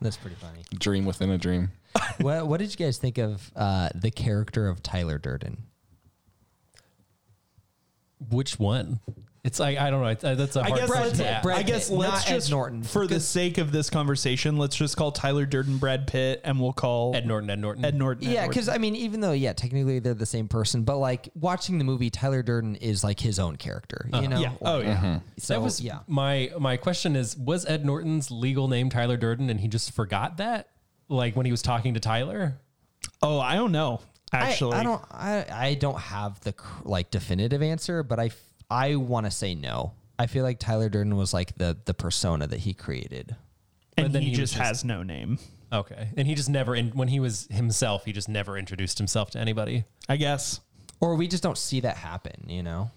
Speaker 4: That's pretty funny.
Speaker 3: Dream within a dream.
Speaker 4: what what did you guys think of uh, the character of Tyler Durden?
Speaker 5: Which one? It's like I don't know. It's, uh, that's a hard
Speaker 6: guess
Speaker 5: question
Speaker 6: let's-
Speaker 5: to ask.
Speaker 4: Brad
Speaker 6: I
Speaker 4: Pitt,
Speaker 6: guess let's
Speaker 4: not Ed
Speaker 6: just
Speaker 4: Norton.
Speaker 6: for the sake of this conversation, let's just call Tyler Durden Brad Pitt, and we'll call
Speaker 5: Ed Norton. Ed Norton.
Speaker 6: Ed Norton. Ed
Speaker 4: Yeah,
Speaker 6: Norton.
Speaker 4: because I mean, even though yeah, technically they're the same person, but like watching the movie, Tyler Durden is like his own character.
Speaker 3: Uh-huh.
Speaker 4: You know?
Speaker 6: yeah. Oh yeah.
Speaker 3: Mm-hmm.
Speaker 4: so,
Speaker 5: that was
Speaker 4: yeah.
Speaker 5: my my question is was Ed Norton's legal name Tyler Durden and he just forgot that like when he was talking to Tyler
Speaker 6: Oh, I don't know.
Speaker 4: I-
Speaker 6: Actually,
Speaker 4: I, don't I, I don't have the cr- like definitive answer, but I f- I want to say no. I feel like Tyler Durden was like the the persona that he created.
Speaker 6: And
Speaker 5: but then
Speaker 6: he,
Speaker 5: he was
Speaker 6: just,
Speaker 5: just-
Speaker 6: has no name.
Speaker 5: okay and he just never in when he was himself he just never introduced himself to anybody
Speaker 6: I guess.
Speaker 4: Or we just don't see that happen, you know?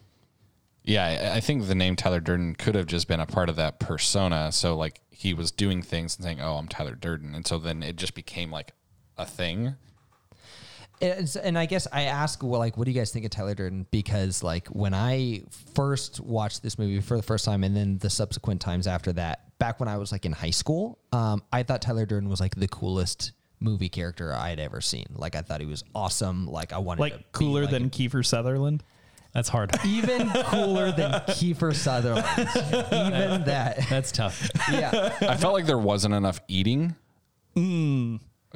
Speaker 3: Yeah, I- I think the name Tyler Durden could have just been a part of that persona. So like he was doing things and saying, "Oh, I'm Tyler Durden," and so then it just became like a thing.
Speaker 4: It's, and I guess I ask, well, like, what do you guys think of Tyler Durden? Because, like, when I first watched this movie for the first time, and then the subsequent times after that, back when I was like in high school, um, I thought Tyler Durden was like the coolest movie character I'd ever seen. Like I thought he was awesome. Like I wanted to be
Speaker 6: like cooler
Speaker 4: like
Speaker 6: than Kiefer Sutherland.
Speaker 5: That's hard.
Speaker 4: even cooler than Kiefer Sutherland. Even that.
Speaker 5: That's tough.
Speaker 4: Yeah.
Speaker 3: I felt like there wasn't enough eating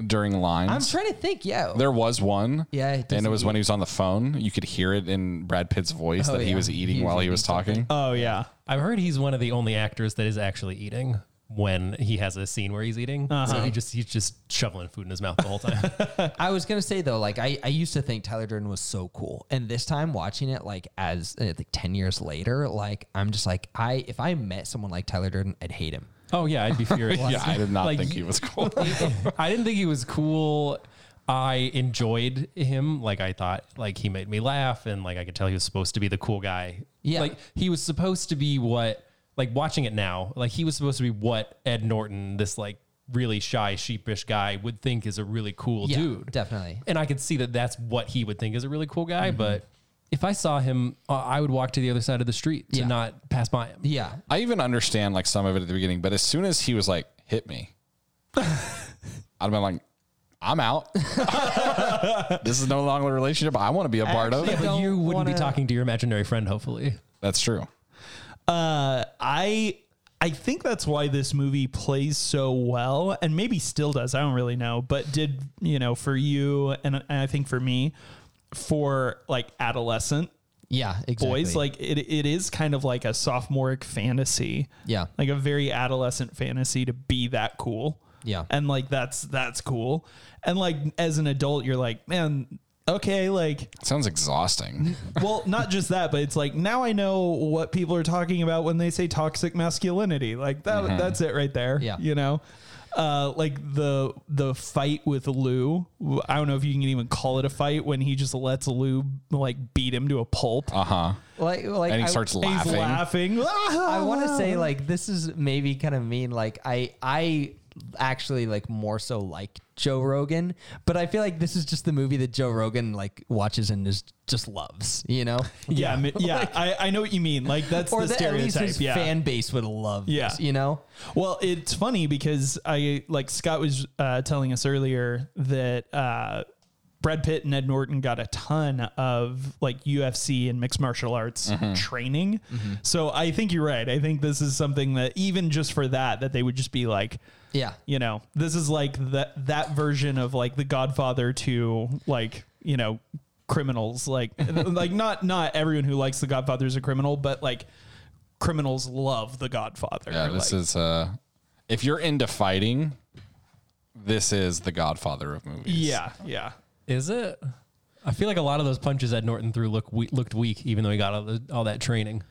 Speaker 3: during lines.
Speaker 4: Hmm. I'm trying to think, yeah.
Speaker 3: There was one.
Speaker 4: Yeah, it
Speaker 3: and it
Speaker 4: doesn't
Speaker 3: was when he was on the phone. You could hear it in Brad Pitt's voice
Speaker 4: Oh,
Speaker 3: that he
Speaker 4: yeah.
Speaker 3: was eating
Speaker 4: He was
Speaker 3: while he
Speaker 4: eating
Speaker 3: was talking.
Speaker 6: Oh yeah.
Speaker 5: I've heard he's one of the only actors that is actually eating when he has a scene where he's eating. So he just he's just shoveling food in his mouth the whole time.
Speaker 4: I was gonna say though, like I, I used to think Tyler Durden was so cool, and this time watching it, like as uh, like ten years later, like I'm just like I if I met someone like Tyler Durden, I'd hate him.
Speaker 5: oh yeah, I'd be furious.
Speaker 3: yeah, I did not
Speaker 5: Like,
Speaker 3: think he was cool.
Speaker 5: I didn't think he was cool. I enjoyed him. Like I thought, like he made me laugh, and like I could tell he was supposed to be the cool guy.
Speaker 4: Yeah.
Speaker 5: like he was supposed to be what. Like watching it now, like he was supposed to be what Ed Norton, this like really shy, sheepish guy, would think is a really cool
Speaker 4: Yeah,
Speaker 5: dude.
Speaker 4: definitely. Mm-hmm.
Speaker 5: And I could see that that's what he would think is a really cool guy. But if I saw him, uh, I would walk to the other side of the street to
Speaker 4: Yeah.
Speaker 5: not pass by him.
Speaker 4: Yeah,
Speaker 3: I even understand like some of it at the beginning, but as soon as he was like, hit me, I'd have been like, I'm out. this is no longer a relationship I want to be a part
Speaker 5: Yeah,
Speaker 3: of.
Speaker 5: but
Speaker 4: don't
Speaker 5: you wouldn't be
Speaker 4: wanna-
Speaker 5: talking to your imaginary friend, hopefully.
Speaker 3: That's true.
Speaker 6: Uh, I I think that's why this movie plays so well, and maybe still does. I don't really know, but did you know for you, and, and I think for me, for like adolescent
Speaker 4: yeah, exactly.
Speaker 6: boys, like it, it is kind of like a sophomoric fantasy.
Speaker 4: Yeah.
Speaker 6: like a very adolescent fantasy to be that cool.
Speaker 4: Yeah.
Speaker 6: and like that's that's cool, and like as an adult, you're like, man, okay, like
Speaker 3: sounds exhausting.
Speaker 6: well, not just that, but it's like now I know what people are talking about when they say toxic masculinity. Like that that's it right there.
Speaker 4: Mm-hmm. Yeah.
Speaker 6: You know? Uh, like the the fight with Lou. I don't know if you can even call it a fight when he just lets Lou like beat him to a pulp.
Speaker 4: Oh,
Speaker 3: Uh huh.
Speaker 4: like like
Speaker 3: And he
Speaker 4: I-
Speaker 3: starts
Speaker 6: He's
Speaker 3: laughing.
Speaker 6: laughing. Oh,
Speaker 4: I want to say like this is maybe kind of mean. Like I I actually like more so like Joe Rogan, but I feel like this is just the movie that Joe Rogan like watches and is just loves. You know.
Speaker 6: yeah, mi- yeah. I, I know what you mean. Like that's
Speaker 4: Or
Speaker 6: the
Speaker 4: that at least
Speaker 6: stereotype.
Speaker 4: his
Speaker 6: yeah.
Speaker 4: fan base would love.
Speaker 6: Yeah.
Speaker 4: this, you know.
Speaker 6: Well, it's funny because I like Scott was uh, telling us earlier that uh, Brad Pitt and Ed Norton got a ton of like UFC and mixed martial arts
Speaker 3: Mm-hmm.
Speaker 6: training. So I think you're right. I think this is something that even just for that, that they would just be like,
Speaker 4: Yeah.
Speaker 6: you know, this is like that that version of like The Godfather to like you know criminals like like not not everyone who likes The Godfather is a criminal, but like criminals love The Godfather.
Speaker 3: Yeah, this
Speaker 6: Like,
Speaker 3: is uh if you're into fighting, this is the godfather of movies.
Speaker 6: Yeah, yeah.
Speaker 5: Is it? I feel like a lot of those punches Ed Norton threw look we- looked weak, even though he got all, the, all that training.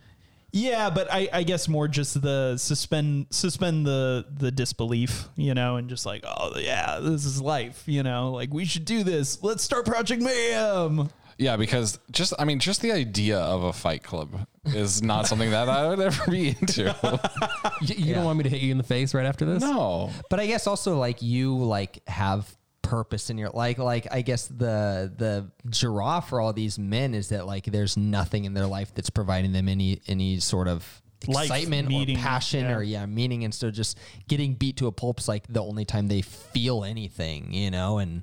Speaker 6: Yeah, but I, I guess more just the suspend suspend the the disbelief, you know, and just like, oh yeah, this is life, you know, like we should do this. Let's start Project Mayhem.
Speaker 3: Yeah, because just I mean, just the idea of a fight club is not something that I would ever be into.
Speaker 5: You, you don't want me to hit you in the face right after this?
Speaker 3: No.
Speaker 4: But I guess also like you like have purpose in your like like I guess the the giraffe for all these men is that like there's nothing in their life that's providing them any any sort of
Speaker 6: Life,
Speaker 4: excitement
Speaker 6: meaning,
Speaker 4: or passion
Speaker 6: yeah.
Speaker 4: or yeah meaning and so just getting beat to a pulp's like the only time they feel anything you know and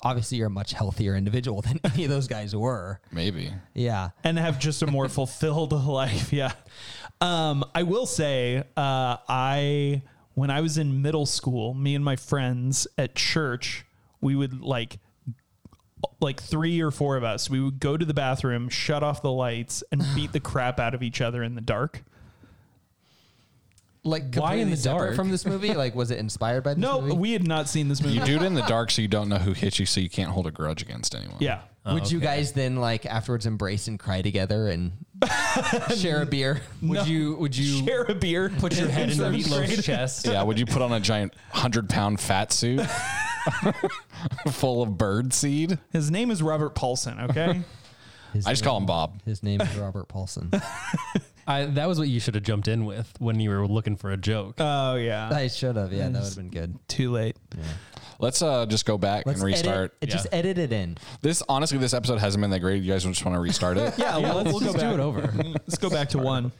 Speaker 4: obviously you're a much healthier individual than any of those guys were
Speaker 3: Maybe.
Speaker 4: yeah
Speaker 6: and have just a more fulfilled life. Yeah. Um, I will say, uh, I when I was in middle school, me and my friends at church, we would like like three or four of us, we would go to the bathroom, shut off the lights, and beat the crap out of each other in the dark.
Speaker 4: like
Speaker 5: Why in
Speaker 4: completely
Speaker 5: the
Speaker 4: separate
Speaker 5: dark?
Speaker 4: from this movie like was it inspired by this
Speaker 6: No,
Speaker 4: movie?
Speaker 6: we had not seen this movie.
Speaker 3: You do it in the dark so you don't know who hit you so you can't hold a grudge against anyone.
Speaker 6: Yeah.
Speaker 4: Would you guys then like afterwards embrace and cry together and share a beer?
Speaker 5: Would you? Would you
Speaker 6: Share a beer.
Speaker 5: put your head in
Speaker 6: seventh
Speaker 5: Meatloaf's
Speaker 6: grade.
Speaker 5: chest?
Speaker 3: Yeah, would you put on a giant 100 pound fat suit full of bird seed?
Speaker 6: His name is Robert Paulson, okay?
Speaker 4: His
Speaker 3: I just
Speaker 4: name-
Speaker 3: call him Bob.
Speaker 4: His name is Robert Paulson.
Speaker 5: I, that was what you should have jumped in with when you were looking for a joke.
Speaker 6: oh yeah.
Speaker 4: I should have. Yeah, that would have been good.
Speaker 6: Too late.
Speaker 3: Let's uh, just go back and restart.
Speaker 4: Edit, Just edit it in.
Speaker 3: This, honestly, this episode hasn't been that great. You guys just want to restart it?
Speaker 6: Yeah, well, let's
Speaker 5: We'll
Speaker 6: just
Speaker 5: just do it over.
Speaker 6: Let's go back to one.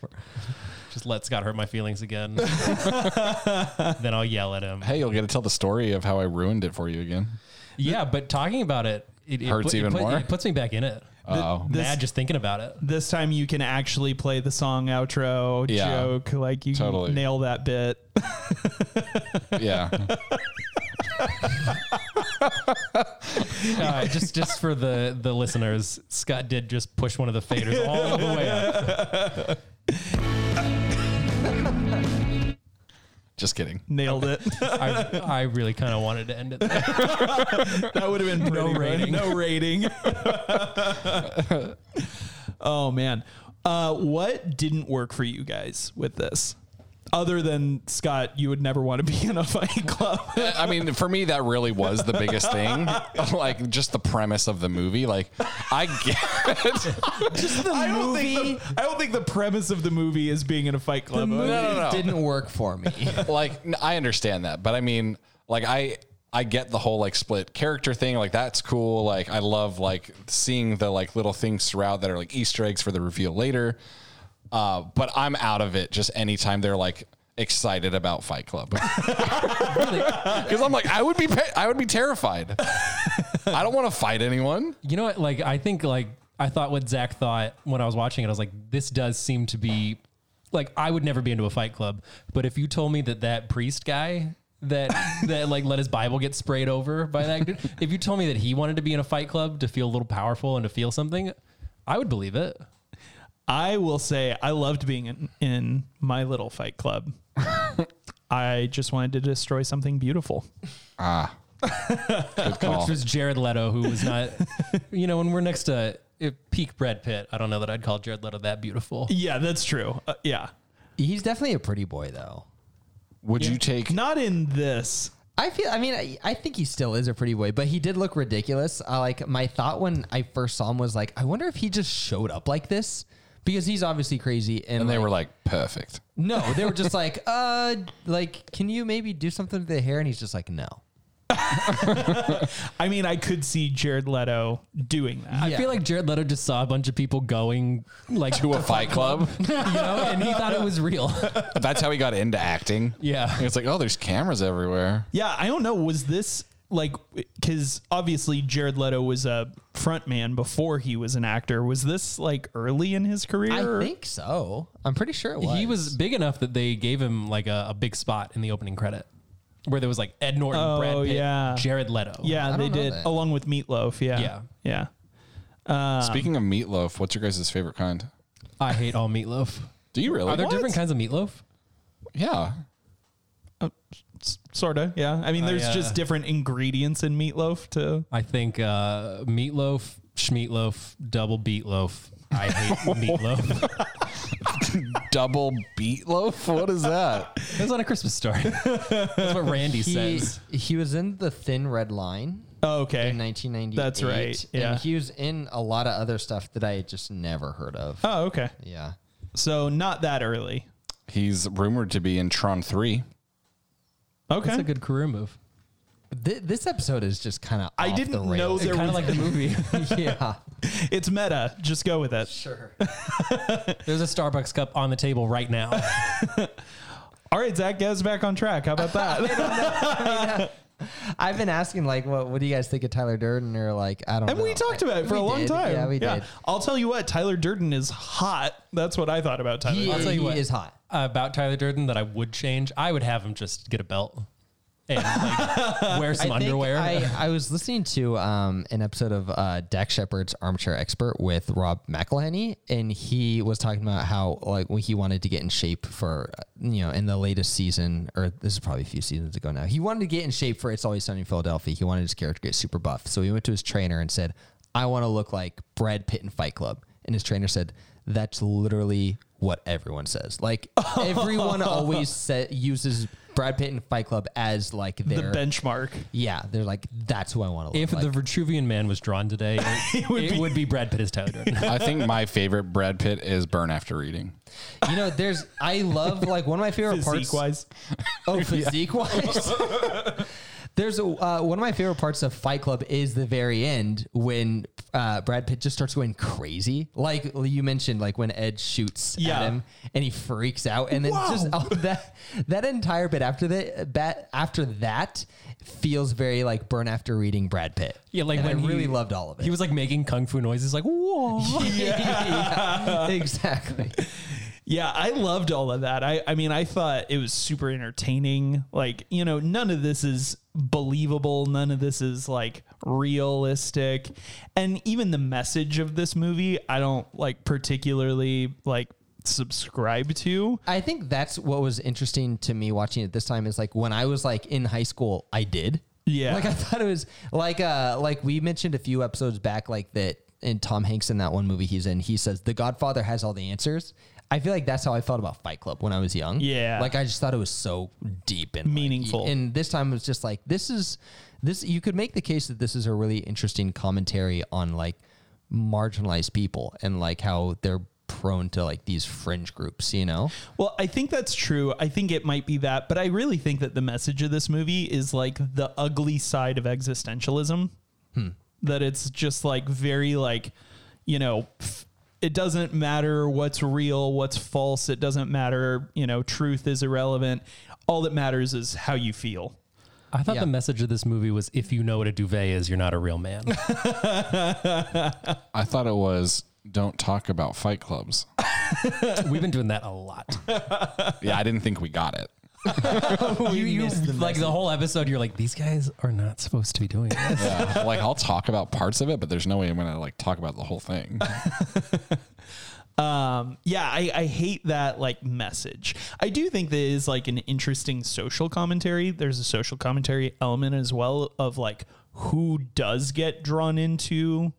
Speaker 5: just let Scott hurt my feelings again. then I'll yell at him.
Speaker 3: Hey, you'll get to tell the story of how I ruined it for you again.
Speaker 5: Yeah, but talking about it, it, it
Speaker 3: Hurts
Speaker 5: put- it
Speaker 3: even
Speaker 5: put-
Speaker 3: more?
Speaker 5: It puts me back in it.
Speaker 3: Oh,
Speaker 6: This-
Speaker 5: Mad just thinking about it.
Speaker 6: this time you can actually play the song outro
Speaker 3: Yeah.
Speaker 6: joke like you
Speaker 3: Totally.
Speaker 6: nail that bit
Speaker 3: yeah.
Speaker 5: Uh, just just for the the listeners, Scott did just push one of the faders all the way up.
Speaker 3: Just kidding.
Speaker 6: nailed it
Speaker 5: I, I really kind of wanted to end it. There.
Speaker 6: that would have been pretty good.
Speaker 5: rating.
Speaker 6: no rating oh man uh, what didn't work for you guys with this other than Scott, you would never want to be in a fight club.
Speaker 3: I mean, for me, that really was the biggest thing. like, just the premise of the movie. Like, I get.
Speaker 6: I don't think the, I don't think the premise of the movie is being in a fight club.
Speaker 4: Movie
Speaker 3: no, no.
Speaker 4: didn't work for me.
Speaker 3: like n- I understand that, but I mean, like I I get the whole like split character thing. Like that's cool. Like I love like seeing the like little things throughout that are like Easter eggs for the reveal later. Uh, but I'm out of it just anytime they're like excited about Fight Club. Because I'm like, I would be, pa- I would be terrified. I don't want to fight anyone.
Speaker 5: You know what? Like I think like I thought what Zach thought when I was watching it. I was like, this does seem to be like I would never be into a fight club. But if you told me that that priest guy that that like let his Bible get sprayed over by that dude, if you told me that he wanted to be in a fight club to feel a little powerful and to feel something, I would believe it.
Speaker 6: I will say I loved being in, in my little fight club. I just wanted to destroy something beautiful.
Speaker 3: Good call.
Speaker 5: Which was Jared Leto, who was not, you know, when we're next to uh, peak Brad Pitt, I don't know that I'd call Jared Leto that beautiful.
Speaker 6: Yeah, that's true. Uh, yeah.
Speaker 4: He's definitely a pretty boy, though.
Speaker 3: Would you take?
Speaker 6: Not in this.
Speaker 4: I feel. I mean, I, I think he still is a pretty boy, but he did look ridiculous. Uh, like my thought when I first saw him was like, I wonder if he just showed up like this because he's obviously crazy. And,
Speaker 3: And they
Speaker 4: like-
Speaker 3: were like, perfect.
Speaker 4: no, they were just like, uh, like, can you maybe do something to the hair? And he's just like, no.
Speaker 6: I mean, I could see Jared Leto doing that.
Speaker 5: I feel like Jared Leto just saw a bunch of people going like
Speaker 3: To a fight club.
Speaker 5: you know, and he thought it was real.
Speaker 3: That's how he got into acting.
Speaker 5: Yeah.
Speaker 3: It's like, oh, there's cameras everywhere.
Speaker 6: Yeah, I don't know. Was this like because obviously Jared Leto was a front man before he was an actor. Was this like early in his career?
Speaker 4: I think so. I'm pretty sure it was.
Speaker 5: He was big enough that they gave him like a, a big spot in the opening credit where there was like Ed Norton,
Speaker 6: Oh,
Speaker 5: Brad Pitt,
Speaker 6: yeah.
Speaker 5: Jared Leto.
Speaker 6: Yeah, they
Speaker 4: know
Speaker 6: did
Speaker 4: that.
Speaker 6: along with Meatloaf. Yeah, yeah, yeah. Um,
Speaker 3: Speaking of meatloaf, what's your guys' favorite kind?
Speaker 5: I hate all meatloaf.
Speaker 3: Do you really?
Speaker 5: Are there
Speaker 6: What?
Speaker 5: different kinds of meatloaf?
Speaker 3: yeah.
Speaker 6: sort of. Oh, Yeah, I mean, there's
Speaker 5: yeah.
Speaker 6: just different ingredients in meatloaf to
Speaker 5: I think uh, meatloaf, schmeatloaf, double beatloaf. I hate meatloaf.
Speaker 3: Double beatloaf? What is that?
Speaker 5: It was on a Christmas story. That's what Randy
Speaker 4: He,
Speaker 5: says.
Speaker 4: he was in the Thin Red Line
Speaker 6: Oh, okay.
Speaker 4: in 1998.
Speaker 6: That's right, yeah.
Speaker 4: And he was in a lot of other stuff that I had just never heard of.
Speaker 6: Oh, okay.
Speaker 4: Yeah.
Speaker 6: So not that early.
Speaker 3: He's rumored to be in Tron 3.
Speaker 6: Okay.
Speaker 5: That's a good career move.
Speaker 4: Th- this episode is just kind of.
Speaker 6: I didn't
Speaker 4: the
Speaker 6: know
Speaker 4: rails.
Speaker 6: there
Speaker 5: Kind
Speaker 6: was.
Speaker 5: of like the movie.
Speaker 4: yeah.
Speaker 6: it's meta. Just go with it.
Speaker 4: Sure.
Speaker 5: There's a Starbucks cup on the table right now.
Speaker 6: All right, Zach, get us back on track. How about that?
Speaker 4: I've been asking like, what what do you guys think of Tyler Durden? Or like, I don't.
Speaker 6: and
Speaker 4: know.
Speaker 6: we talked about it for
Speaker 4: We
Speaker 6: a long
Speaker 4: did.
Speaker 6: time.
Speaker 4: Yeah, we did.
Speaker 6: I'll tell you what, Tyler Durden is hot. That's what I thought about Tyler.
Speaker 4: He,
Speaker 5: I'll
Speaker 6: Durden.
Speaker 5: tell you
Speaker 4: he
Speaker 5: what.
Speaker 4: is hot.
Speaker 5: About Tyler Durden that I would change. I would have him just get a belt and like wear some
Speaker 4: I think
Speaker 5: underwear.
Speaker 4: I, I was listening to um, an episode of uh, Dak Shepard's Armchair Expert with Rob McElhenney, and he was talking about how like when he wanted to get in shape for uh, you know in the latest season, or this is probably a few seasons ago now. He wanted to get in shape for It's Always Sunny in Philadelphia. He wanted his character to get super buff, so he went to his trainer and said, "I want to look like Brad Pitt in Fight Club," and his trainer said. That's literally what everyone says. Like everyone always sa- uses Brad Pitt in Fight Club as like
Speaker 6: the
Speaker 4: their
Speaker 6: benchmark.
Speaker 4: yeah, they're like, that's who I want to look
Speaker 5: if
Speaker 4: like.
Speaker 5: the Vitruvian Man was drawn today, it, it would, be, Brad Pitt as Tyler Durden.
Speaker 3: I think my favorite Brad Pitt is Burn After Eating.
Speaker 4: you know, there's, I love like one of my favorite parts.
Speaker 6: Physique wise.
Speaker 4: Oh, physique wise. There's a, uh, one of my favorite parts of Fight Club is the very end when uh, Brad Pitt just starts going crazy. Like you mentioned, like when Ed shoots
Speaker 6: Yeah.
Speaker 4: at him and he freaks out, and then
Speaker 6: Whoa.
Speaker 4: just oh, that that entire bit after that, that after that feels very like burn after reading Brad Pitt.
Speaker 5: Yeah, like
Speaker 4: And
Speaker 5: when
Speaker 4: I really
Speaker 5: he-
Speaker 4: loved all of it.
Speaker 5: He was like making kung fu noises, like whoa.
Speaker 4: yeah, exactly.
Speaker 6: Yeah, I loved all of that. I, I mean, I thought it was super entertaining. Like, you know, none of this is believable. None of this is like realistic. And even the message of this movie, I don't like particularly like subscribe to.
Speaker 4: I think that's what was interesting to me watching it this time is like when I was like in high school, I did.
Speaker 6: Yeah.
Speaker 4: Like I thought it was like uh like we mentioned a few episodes back like that in Tom Hanks in that one movie he's in, he says The Godfather has all the answers. I feel like that's how I felt about Fight Club when I was young.
Speaker 6: Yeah.
Speaker 4: Like I just thought it was so deep and like,
Speaker 6: Meaningful.
Speaker 4: and this time it was just like this is this you could make the case that this is a really interesting commentary on like marginalized people and like how they're prone to like these fringe groups, you know?
Speaker 6: Well, I think that's true. I think it might be that, but I really think that the message of this movie is like the ugly side of existentialism. That it's just like very like, you know, f- it doesn't matter what's real, what's false. It doesn't matter. You know, truth is irrelevant. All that matters is how you feel.
Speaker 5: I thought
Speaker 4: Yeah.
Speaker 5: the message of this movie was if you know what a duvet is, you're not a real man.
Speaker 3: I thought it was don't talk about fight clubs.
Speaker 5: We've been doing that a lot.
Speaker 3: yeah, I didn't think we got it.
Speaker 5: you, you- like the whole episode, you're like, these guys are not supposed to be doing this.
Speaker 3: Yeah, Uh, like I'll talk about parts of it, but there's no way I'm gonna like talk about the whole thing.
Speaker 6: Um, yeah, I, I hate that like message. I do think there is like an interesting social commentary. There's a social commentary element as well of like who does get drawn into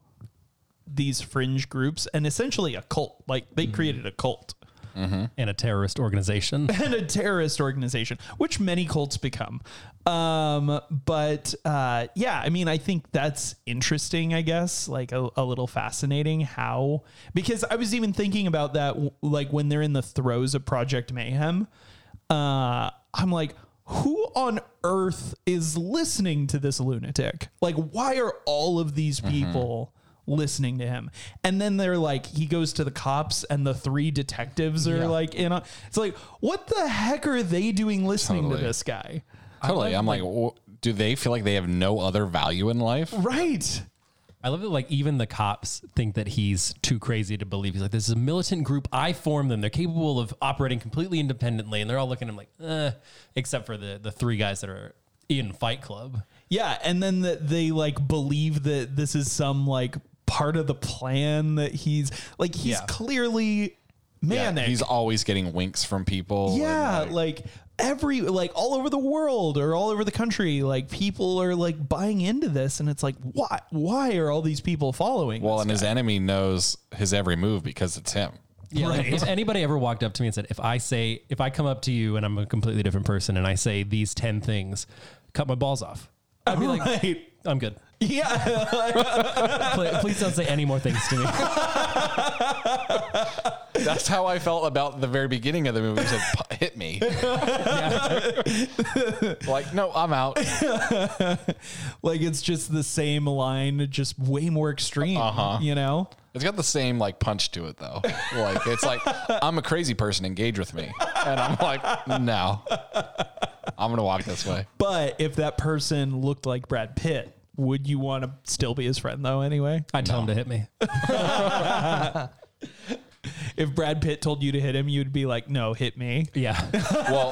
Speaker 6: these fringe groups and essentially a cult. Like they created a cult
Speaker 5: and a terrorist organization.
Speaker 6: and a terrorist organization, which many cults become. Um, but uh, yeah, I mean, I think that's interesting, I guess, like a, a little fascinating how, because I was even thinking about that, w- like when they're in the throes of Project Mayhem, uh, I'm like, who on earth is listening to this lunatic? Like, why are all of these
Speaker 3: Mm-hmm.
Speaker 6: people? listening to him and then they're like he goes to the cops and the three detectives are like in on it's like what the heck are they doing listening to
Speaker 3: Totally.
Speaker 6: this guy
Speaker 3: totally. I'm like, w do they feel like they have no other value in life?
Speaker 6: right
Speaker 5: I love that, like, even the cops think that he's too crazy to believe. He's like, this is a militant group. I formed them. They're capable of operating completely independently. And they're all looking at him like, eh, except for the, the three guys that are in Fight Club.
Speaker 6: yeah and then that they like believe that this is some like part of the plan that he's like he's
Speaker 5: Yeah.
Speaker 6: clearly
Speaker 3: Yeah,
Speaker 6: manic
Speaker 3: he's always getting winks from people. and,
Speaker 6: Yeah,
Speaker 3: like-
Speaker 6: like every like all over the world or all over the country, like people are like buying into this, and it's like, why? Why are all these people following?
Speaker 3: well,
Speaker 6: this
Speaker 3: and his enemy knows his every move because it's him.
Speaker 5: Yeah, like, if anybody ever walked up to me and said, if I say, if I come up to you and I'm a completely different person and I say these 10 things, cut my balls off. I'd be like,
Speaker 6: Right.
Speaker 5: I'm good.
Speaker 6: Yeah,
Speaker 5: Pl- Please don't say any more things to me.
Speaker 3: That's how I felt about the very beginning of the movie. He said, "P- "Hit me." like, no, I'm out.
Speaker 6: like it's just the same line, just way more extreme. Uh-huh. You know?
Speaker 3: It's got the same like punch to it though. Like, it's like I'm a crazy person. Engage with me, and I'm like, no, I'm gonna walk this way.
Speaker 6: But if that person looked like Brad Pitt, would you want to still be his friend though? Anyway,
Speaker 5: I tell him to hit me.
Speaker 6: if Brad Pitt told you to hit him, you'd be like, no, hit me.
Speaker 5: Yeah.
Speaker 3: Well,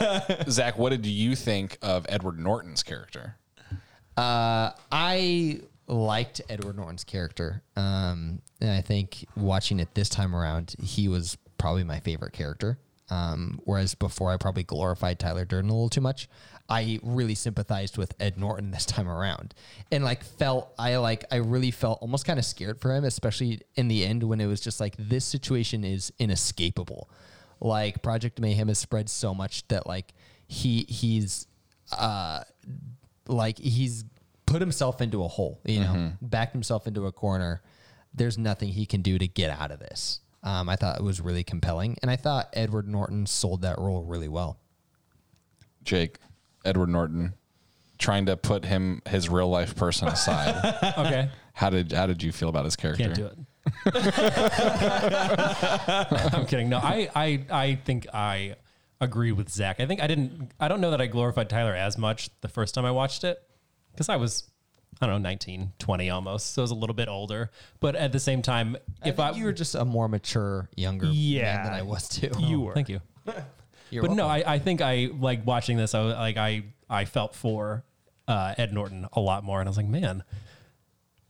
Speaker 3: Zach, what did you think of Edward Norton's character?
Speaker 4: I liked Edward Norton's character. Um, and I think watching it this time around, he was probably my favorite character. Um, whereas before, I probably glorified Tyler Durden a little too much. I really sympathized with Ed Norton this time around, and like felt I like I really felt almost kind of scared for him, especially in the end when it was just like this situation is inescapable. Like Project Mayhem has spread so much that like he he's uh like he's put himself into a hole, you know, backed himself into a corner. There's nothing he can do to get out of this. Um, I thought it was really compelling, and I thought Edward Norton sold that role really well.
Speaker 3: Jake, Edward Norton. trying to put him his real life person aside.
Speaker 5: Okay.
Speaker 3: how did how did you feel about his character?
Speaker 5: Can't do it. I'm kidding. No, I, I, I think I agree with Zach. I think I didn't, I don't know that I glorified Tyler as much the first time I watched it because I was, I don't know, 19, 20 almost. So I was a little bit older. But at the same time,
Speaker 4: I
Speaker 5: if I,
Speaker 4: think you were just a more mature, younger
Speaker 6: Yeah.
Speaker 4: man than I was too.
Speaker 6: You were.
Speaker 5: thank you.
Speaker 4: You're
Speaker 5: but no,
Speaker 4: welcome.
Speaker 5: I, I think I like watching this. I was, like I I felt for uh, Ed Norton a lot more, and I was like, man,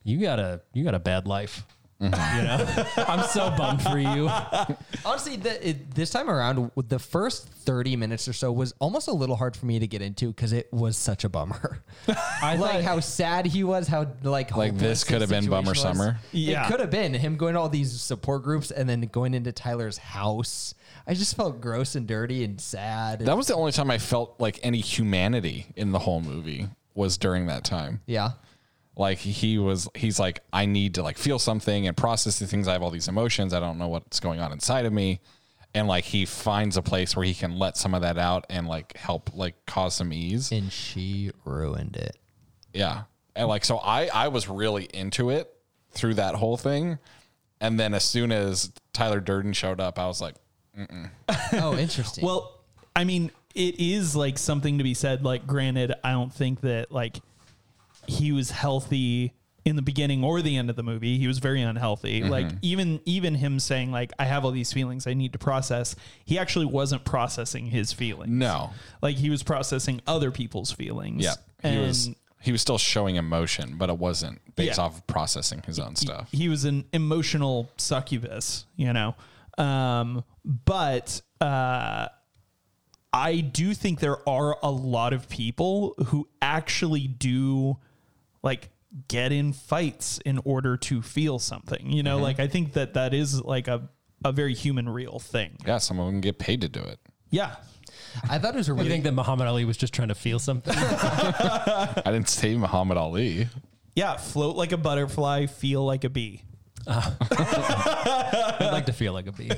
Speaker 5: you got a you got a bad life.
Speaker 4: Mm-hmm.
Speaker 5: You know, I'm so bummed for you.
Speaker 4: honestly, the, it, this time around, with the first thirty minutes or so was almost a little hard for me to get into because it was such a bummer.
Speaker 5: I
Speaker 4: like
Speaker 5: thought-
Speaker 4: how sad he was, how like
Speaker 3: Like, this
Speaker 4: hopeless
Speaker 3: could have
Speaker 4: his
Speaker 3: been Bummer
Speaker 4: situation was.
Speaker 3: Summer.
Speaker 6: Yeah.
Speaker 4: it could have been him going to all these support groups and then going into Tyler's house. I just felt gross and dirty and sad.
Speaker 3: That was the only time I felt like any humanity in the whole movie was during that time.
Speaker 4: yeah,
Speaker 3: Like he was he's like I need to like feel something and process the things I have all these emotions. I don't know what's going on inside of me. And like he finds a place where he can let some of that out and like help like cause some ease.
Speaker 4: and she ruined it.
Speaker 3: Yeah. And like so I I was really into it through that whole thing. And then as soon as Tyler Durden showed up, I was like,
Speaker 4: Oh, interesting.
Speaker 6: Well, I mean, it is like something to be said. Like, granted, I don't think that like he was healthy in the beginning or the end of the movie. He was very unhealthy.
Speaker 3: Mm-hmm.
Speaker 6: Like, even even him saying like I have all these feelings I need to process, he actually wasn't processing his feelings.
Speaker 3: no.
Speaker 6: like he was processing other people's feelings.
Speaker 3: Yeah. He
Speaker 6: and
Speaker 3: was he was still showing emotion, but it wasn't based
Speaker 6: Yeah.
Speaker 3: off of processing his own stuff.
Speaker 6: he was an emotional succubus, you know. Um, but uh, I do think there are a lot of people who actually do like get in fights in order to feel something, you know.
Speaker 3: Mm-hmm.
Speaker 6: Like I think that that is like a a very human, real thing.
Speaker 3: Yeah, some of them get paid to do it.
Speaker 6: Yeah.
Speaker 4: I thought it was a
Speaker 5: You
Speaker 4: really
Speaker 5: think that Muhammad Ali was just trying to feel something?
Speaker 3: I didn't say Muhammad Ali.
Speaker 6: Yeah, float like a butterfly, feel like a bee.
Speaker 5: I'd like to feel like a bee.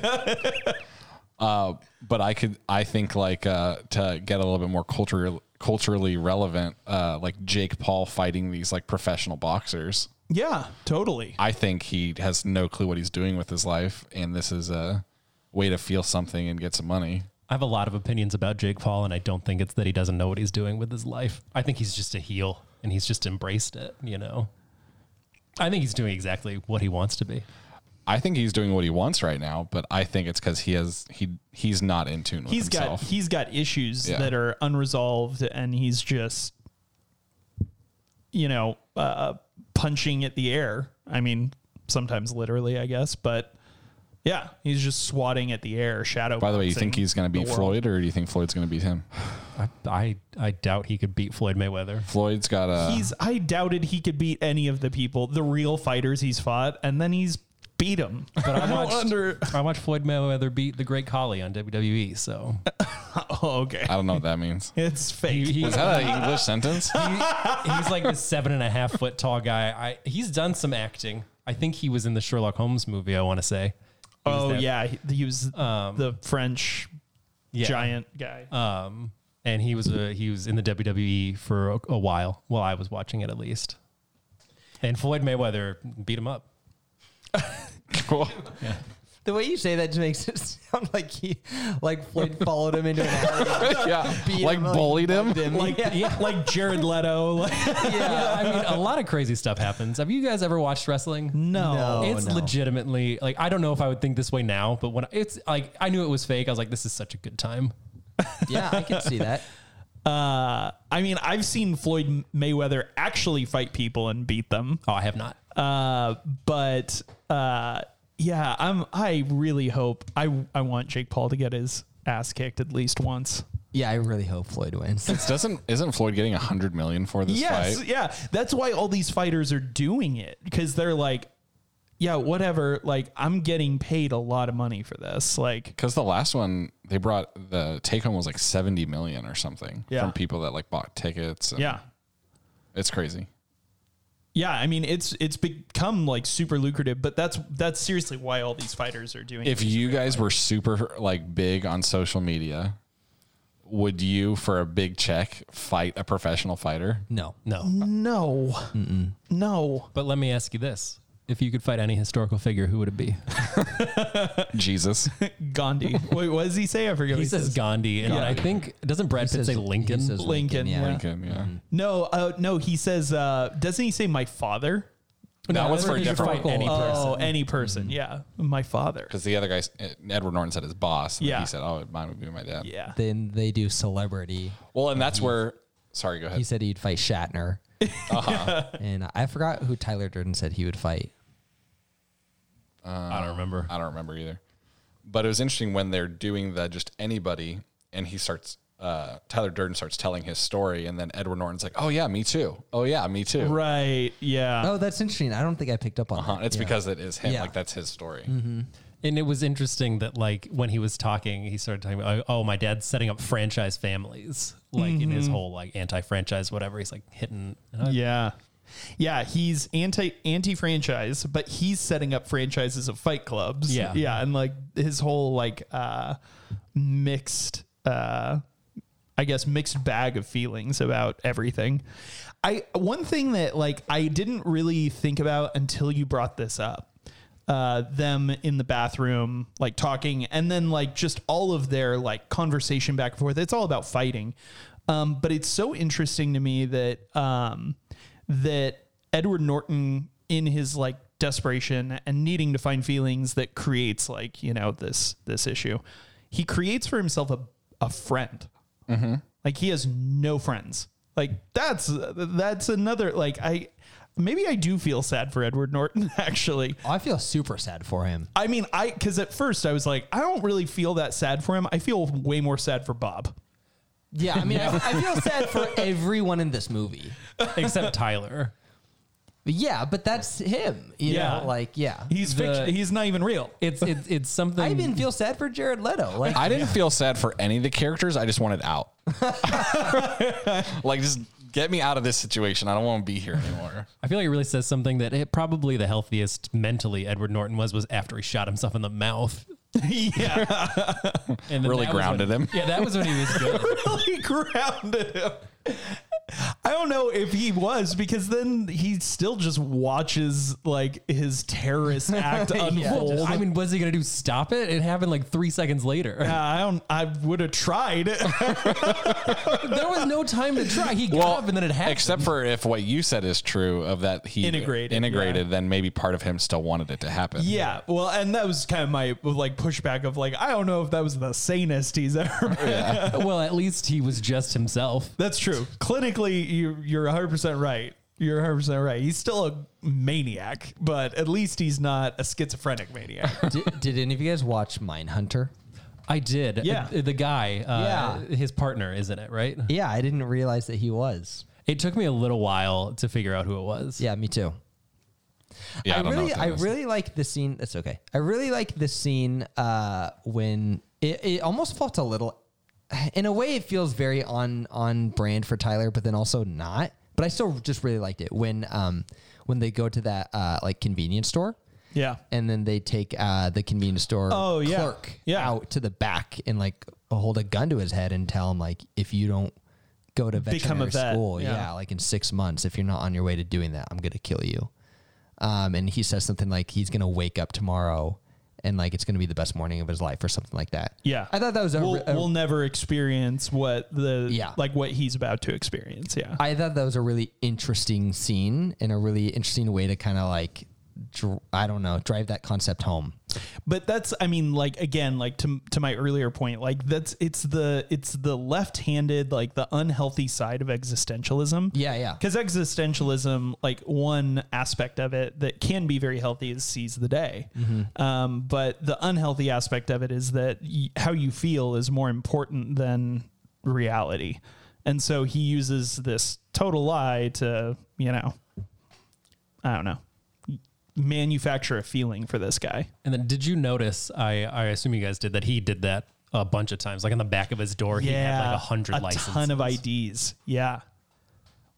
Speaker 3: but I could I think like uh to get a little bit more cultural culturally relevant uh like Jake Paul fighting these like professional boxers.
Speaker 6: Yeah, totally.
Speaker 3: I think he has no clue what he's doing with his life and this is a way to feel something and get some money.
Speaker 5: I have a lot of opinions about Jake Paul, and I don't think it's that he doesn't know what he's doing with his life. I think he's just a heel, and he's just embraced it. You know, I think he's doing exactly what he wants to be.
Speaker 3: I think he's doing what he wants right now, but I think it's cuz he has he he's not in tune with
Speaker 6: He's
Speaker 3: himself.
Speaker 6: got he's got issues
Speaker 3: Yeah.
Speaker 6: that are unresolved and he's just you know uh, punching at the air i mean sometimes literally i guess but yeah he's just swatting at the air shadow
Speaker 3: By the way, you think he's going to beat
Speaker 6: world.
Speaker 3: Floyd or do you think Floyd's going to beat him?
Speaker 5: I, I I doubt he could beat Floyd Mayweather.
Speaker 3: Floyd's got a
Speaker 6: he's i doubted he could beat any of the people the real fighters he's fought and then he's beat him
Speaker 5: But I
Speaker 6: don't
Speaker 5: watched
Speaker 6: under-
Speaker 5: I watched Floyd Mayweather beat the Great Collie on WWE. So
Speaker 6: oh okay
Speaker 3: I don't know what that means.
Speaker 6: it's fake
Speaker 5: he, he,
Speaker 3: Is that an English sentence?
Speaker 5: he's like this seven and a half foot tall guy. I he's done some acting. I think he was in the Sherlock Holmes movie. I want to say. He was
Speaker 6: oh
Speaker 5: that-
Speaker 6: yeah he, he was
Speaker 3: Um,
Speaker 6: the french
Speaker 5: yeah.
Speaker 6: giant guy
Speaker 5: Um, and he was a, he was in the WWE for a, a while while I was watching it at least. And Floyd Mayweather beat him up.
Speaker 3: Cool.
Speaker 4: the way you say that just makes it sound like he like Floyd followed him into an alley.
Speaker 3: Yeah.
Speaker 4: Beat
Speaker 3: like
Speaker 4: him up,
Speaker 3: bullied him.
Speaker 4: bugged him.
Speaker 6: like
Speaker 4: yeah.
Speaker 6: like jared leto like
Speaker 5: Yeah, I mean, a lot of crazy stuff happens. Have you guys ever watched wrestling?
Speaker 4: No.
Speaker 5: it's
Speaker 4: no.
Speaker 5: legitimately like I don't know if I would think this way now, but when it's like I knew it was fake, I was like, this is such a good time.
Speaker 4: yeah, I can see that.
Speaker 6: Uh, I mean, I've seen Floyd Mayweather actually fight people and beat them,
Speaker 5: Oh, I have not.
Speaker 6: uh, but uh, yeah, I'm. I really hope I I want Jake Paul to get his ass kicked at least once.
Speaker 4: Yeah, I really hope Floyd wins.
Speaker 3: Doesn't isn't Floyd getting a hundred million for this
Speaker 6: Yes,
Speaker 3: fight?
Speaker 6: yeah, that's why all these fighters are doing it because they're like, yeah, whatever. Like, I'm getting paid a lot of money for this. Like,
Speaker 3: Because the last one they brought the take home was like seventy million or something
Speaker 6: Yeah.
Speaker 3: from people that like bought tickets. and-
Speaker 6: yeah.
Speaker 3: It's crazy.
Speaker 6: Yeah, I mean it's it's become like super lucrative, but that's that's seriously why all these fighters are doing it.
Speaker 3: If you guys were super like big on social media, would you, for a big check, fight a professional fighter?
Speaker 4: No.
Speaker 5: No.
Speaker 6: No. No.
Speaker 5: But let me ask you this. If you could fight any historical figure, who would it be?
Speaker 3: Jesus.
Speaker 6: Gandhi. Wait, what does he say? I forget.
Speaker 5: He
Speaker 6: what
Speaker 5: says Gandhi, and then I think doesn't Brad Pitt say Lincoln?
Speaker 4: He says
Speaker 6: Lincoln. yeah.
Speaker 3: Lincoln, yeah.
Speaker 6: No, uh, no, he says, uh, doesn't he say my father?
Speaker 3: That
Speaker 5: No,
Speaker 3: was
Speaker 5: I
Speaker 3: for a
Speaker 5: think you
Speaker 3: different
Speaker 5: fight
Speaker 3: one.
Speaker 5: any
Speaker 6: Oh,
Speaker 5: person.
Speaker 6: any person. Yeah. My father.
Speaker 3: Because the other guy, Edward Norton said his boss. And then
Speaker 6: Yeah.
Speaker 3: He said, oh, mine would be my dad.
Speaker 6: Yeah.
Speaker 4: Then they do celebrity.
Speaker 3: Well, and that's where, sorry, go ahead.
Speaker 4: He said he'd fight Shatner. And I forgot who Tyler Durden said he would fight.
Speaker 5: I don't remember.
Speaker 3: I don't remember either. But it was interesting when they're doing the just anybody, and he starts. Uh, Tyler Durden starts telling his story, and then Edward Norton's like, "Oh yeah, me too. Oh yeah, me too."
Speaker 6: Right. Yeah.
Speaker 4: Oh, that's interesting. I don't think I picked up on
Speaker 3: Huh,
Speaker 4: that.
Speaker 3: Uh-huh. It's
Speaker 4: Yeah.
Speaker 3: because it is him.
Speaker 4: Yeah.
Speaker 3: Like that's his story.
Speaker 5: And it was interesting that like when he was talking, he started talking about oh, my dad's setting up franchise families, like in his whole like anti-franchise whatever. He's like hitting. uh, And I,
Speaker 6: Yeah. Yeah, he's anti anti franchise, but he's setting up franchises of fight clubs.
Speaker 5: Yeah.
Speaker 6: Yeah, and like his whole like uh mixed uh I guess mixed bag of feelings about everything. I one thing that like I didn't really think about until you brought this up. Uh them in the bathroom like talking and then like just all of their like conversation back and forth. It's all about fighting. Um but it's so interesting to me that um that Edward Norton in his like desperation and needing to find feelings that creates like, you know, this this issue. He creates for himself a a friend. Like he has no friends. Like that's that's another like I maybe I do feel sad for Edward Norton actually.
Speaker 4: Oh, I feel super sad for him.
Speaker 6: I mean, I cuz at first I was like I don't really feel that sad for him. I feel way more sad for Bob.
Speaker 4: Yeah, I mean, I, I feel sad for everyone in this movie.
Speaker 5: except Tyler.
Speaker 4: But yeah, but that's him. You
Speaker 6: Yeah.
Speaker 4: know, like, yeah.
Speaker 6: He's
Speaker 5: The-
Speaker 6: fiction, he's not even real.
Speaker 5: It's it's it's something.
Speaker 4: I even feel sad for Jared Leto. Like,
Speaker 3: I didn't feel sad for any of the characters. I just wanted out. like just get me out of this situation. I don't want to be here anymore.
Speaker 5: I feel like it really says something that it, probably the healthiest mentally Edward Norton was was after he shot himself in the mouth.
Speaker 6: yeah.
Speaker 5: And then
Speaker 3: Really
Speaker 5: that was
Speaker 3: grounded
Speaker 5: when-
Speaker 3: him.
Speaker 5: Yeah, that was when he was good.
Speaker 6: really grounded him. I don't know if he was because then he still just watches like his terrorist act unfold.
Speaker 5: I mean, was he gonna do stop it? It happened like three seconds later.
Speaker 6: I don't. I would have tried.
Speaker 5: there was no time to try. He got up and then it happened.
Speaker 3: except for if what you said is true of that he
Speaker 6: Integrated,
Speaker 3: integrated, then maybe part of him still wanted it to happen.
Speaker 6: Yeah, well, and that was kind of my like pushback of like I don't know if that was the sanest he's
Speaker 4: Oh,
Speaker 6: ever. Been.
Speaker 5: well, at least he was just himself.
Speaker 6: That's true. Clinically, you you're 100 percent right. You're 100 percent right. He's still a maniac, but at least he's not a schizophrenic maniac.
Speaker 4: did, did any of you guys watch Mindhunter?
Speaker 5: I did.
Speaker 6: Yeah.
Speaker 5: Uh, the guy. Uh,
Speaker 4: Yeah.
Speaker 5: His partner, isn't it? Right.
Speaker 4: Yeah, I didn't realize that he was.
Speaker 5: It took me a little while to figure out who it was.
Speaker 4: Yeah, me too.
Speaker 3: yeah. I,
Speaker 4: I,
Speaker 3: don't know
Speaker 4: really,
Speaker 3: what that
Speaker 4: I
Speaker 3: is.
Speaker 4: really like the scene. That's okay. I really like this scene uh, when it, it almost felt a little. In a way, it feels very on on brand for Tyler, but then also not. But I still just really liked it when um when they go to that uh, like convenience store.
Speaker 6: Yeah.
Speaker 4: and then they take uh, the convenience store
Speaker 6: Oh, yeah.
Speaker 4: clerk
Speaker 6: Yeah.
Speaker 4: out to the back and like hold a gun to his head and tell him like if you don't go to veterinary
Speaker 6: Become a vet,
Speaker 4: school,
Speaker 6: yeah.
Speaker 4: yeah. like in six months, if you're not on your way to doing that, I'm gonna kill you. Um, and he says something like he's gonna wake up tomorrow and like it's gonna be the best morning of his life or something like that.
Speaker 6: Yeah,
Speaker 4: I thought that was a,
Speaker 6: we'll,
Speaker 4: re- a-
Speaker 6: we'll never experience what the
Speaker 4: Yeah.
Speaker 6: like what he's about to experience. Yeah,
Speaker 4: I thought that was a really interesting scene and a really interesting way to kind of like. dr- I don't know. Drive that concept home.
Speaker 6: but that's I mean like again like to to my earlier point like that's it's the it's the left-handed like the unhealthy side of existentialism.
Speaker 4: Yeah, yeah.
Speaker 6: Because existentialism, like one aspect of it that can be very healthy is seize the day.
Speaker 4: Mm-hmm.
Speaker 6: Um, but the unhealthy aspect of it is that y- how you feel is more important than reality. And so he uses this total lie to, you know, I don't know, manufacture a feeling for this guy.
Speaker 5: And then did you notice? I I assume you guys did that. He did that a bunch of times. Like on the back of his door, he had like a hundred
Speaker 6: a
Speaker 5: licenses.
Speaker 6: ton of IDs. Yeah.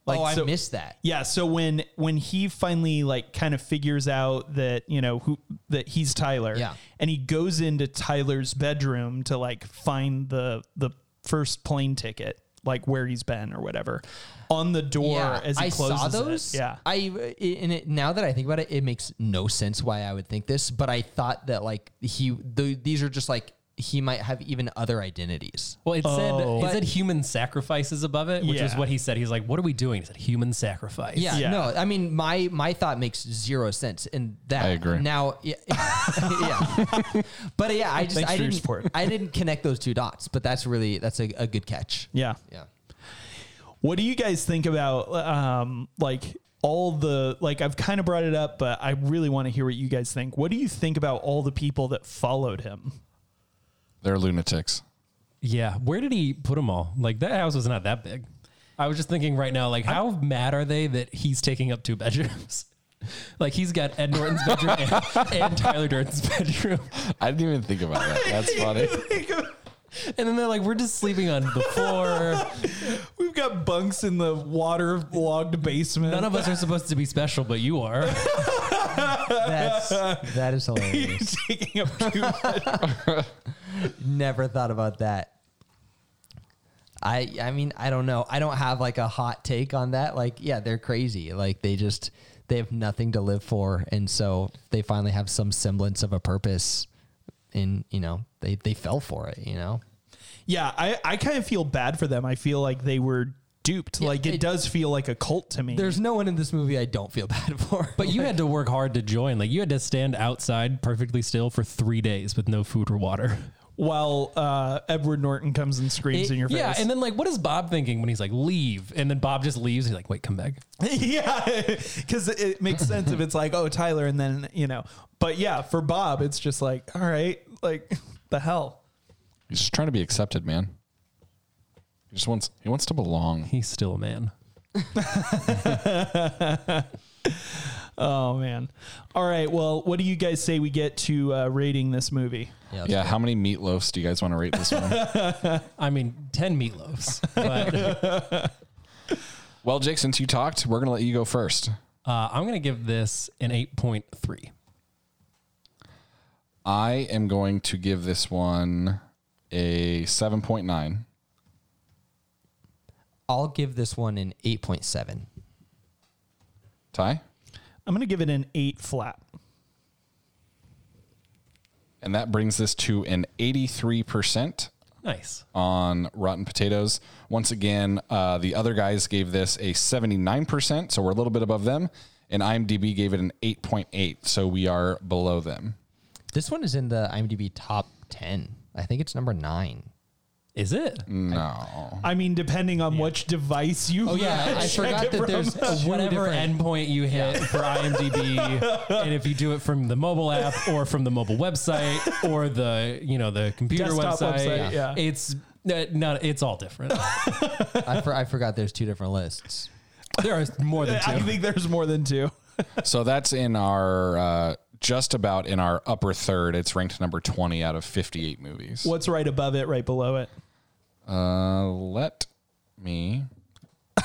Speaker 6: Like,
Speaker 4: oh, I
Speaker 6: so-
Speaker 4: missed that.
Speaker 6: Yeah, so when when he finally like kind of figures out that, you know, who that he's Tyler
Speaker 4: Yeah.
Speaker 6: and he goes into Tyler's bedroom to like find the the first plane ticket, like where he's been or whatever, on the door as he
Speaker 4: I
Speaker 6: closes
Speaker 4: saw those.
Speaker 6: it. Yeah.
Speaker 4: I uh, and it, now that I think about it, it makes no sense why I would think this, but I thought that like he th- these are just like he might have even other identities.
Speaker 5: Well, it
Speaker 6: Oh.
Speaker 5: said it said human sacrifices above it, which is
Speaker 6: Yeah.
Speaker 5: what he said. He's like, "What are we doing?" He said, "Human sacrifice."
Speaker 4: Yeah,
Speaker 6: Yeah.
Speaker 4: no, I mean my my thought makes zero sense in that.
Speaker 3: I agree.
Speaker 4: Now, yeah, yeah. but yeah, I just
Speaker 6: Thanks
Speaker 4: I
Speaker 6: for your
Speaker 4: didn't
Speaker 6: support.
Speaker 4: I didn't connect those two dots, but that's really that's a, a good catch.
Speaker 6: yeah.
Speaker 4: Yeah.
Speaker 6: What do you guys think about um, like all the like I've kind of brought it up, but I really want to hear what you guys think. What do you think about all the people that followed him?
Speaker 3: They're lunatics.
Speaker 5: Yeah. Where did he put them all? Like that house was not that big. I was just thinking right now, like, how mad are they that he's taking up two bedrooms? like he's got Ed Norton's bedroom and, and Tyler Durden's bedroom,
Speaker 3: I didn't even think about that. That's funny.
Speaker 5: and then they're like, "We're just sleeping on the floor.
Speaker 6: We've got bunks in the water logged basement.
Speaker 5: None of us are supposed to be special, but you are."
Speaker 4: That's that is hilarious.
Speaker 6: taking up two
Speaker 4: Never thought about that. I I mean I don't know. I don't have like a hot take on that. Like yeah, they're crazy. Like they just they have nothing to live for, and so they finally have some semblance of a purpose. And you know they they fell for it. You know.
Speaker 6: Yeah, I, I kind of feel bad for them. I feel like they were duped. like it,
Speaker 4: it-
Speaker 6: does feel like a cult to me.
Speaker 4: There's no one in this movie I don't feel bad for.
Speaker 5: But you had to work hard to join. Like you had to stand outside perfectly still for three days with no food or water.
Speaker 6: while uh, Edward Norton comes and screams in your face.
Speaker 5: Yeah, and then like, what is Bob thinking when he's like, "Leave," and then Bob just leaves? He's like, "Wait, come back."
Speaker 6: yeah, because it makes sense if it's like, oh, Tyler, and then you know. But yeah, for Bob, it's just like, all right, like the hell.
Speaker 3: He's just trying to be accepted, man. He just wants he wants to belong.
Speaker 5: He's still a man.
Speaker 6: Oh man. All right. Well, what do you guys say we get to uh, rating this movie?
Speaker 3: Yeah, how many meatloafs do you guys want to rate this one?
Speaker 5: I mean, ten meatloaves. But uh,
Speaker 3: well, Jake, since you talked, we're gonna let you go first.
Speaker 5: uh, I'm gonna give this an eight point three.
Speaker 3: I am going to give this one a seven point nine.
Speaker 4: I'll give this one an eight point seven.
Speaker 3: Ty?
Speaker 6: I'm gonna give it an eight flat.
Speaker 3: And that brings this to an eighty three percent
Speaker 5: Nice.
Speaker 3: on Rotten Potatoes. Once again, uh, the other guys gave this a 79%, so we're a little bit above them. And IMDb gave it an 8.8, so we are below them.
Speaker 4: This one is in the IMDb top ten. I think it's number nine.
Speaker 5: Is it?
Speaker 6: Mm. I mean, depending on which device you.
Speaker 4: Oh yeah, I
Speaker 6: check it
Speaker 4: forgot that
Speaker 6: from.
Speaker 4: there's
Speaker 5: Whatever endpoint you hit for IMDb, and if you do it from the mobile app or from the mobile website or the you know the computer
Speaker 6: Desktop
Speaker 5: website,
Speaker 6: website, yeah.
Speaker 5: it's uh, not. It's all different.
Speaker 4: I, for, I forgot there's two different lists.
Speaker 5: there are more than
Speaker 6: I
Speaker 5: two.
Speaker 6: think there's more than two.
Speaker 3: So that's in our, uh, just about in our upper third. It's ranked number 20 out of 58 movies.
Speaker 6: What's right above it, right below it?
Speaker 3: Uh, let me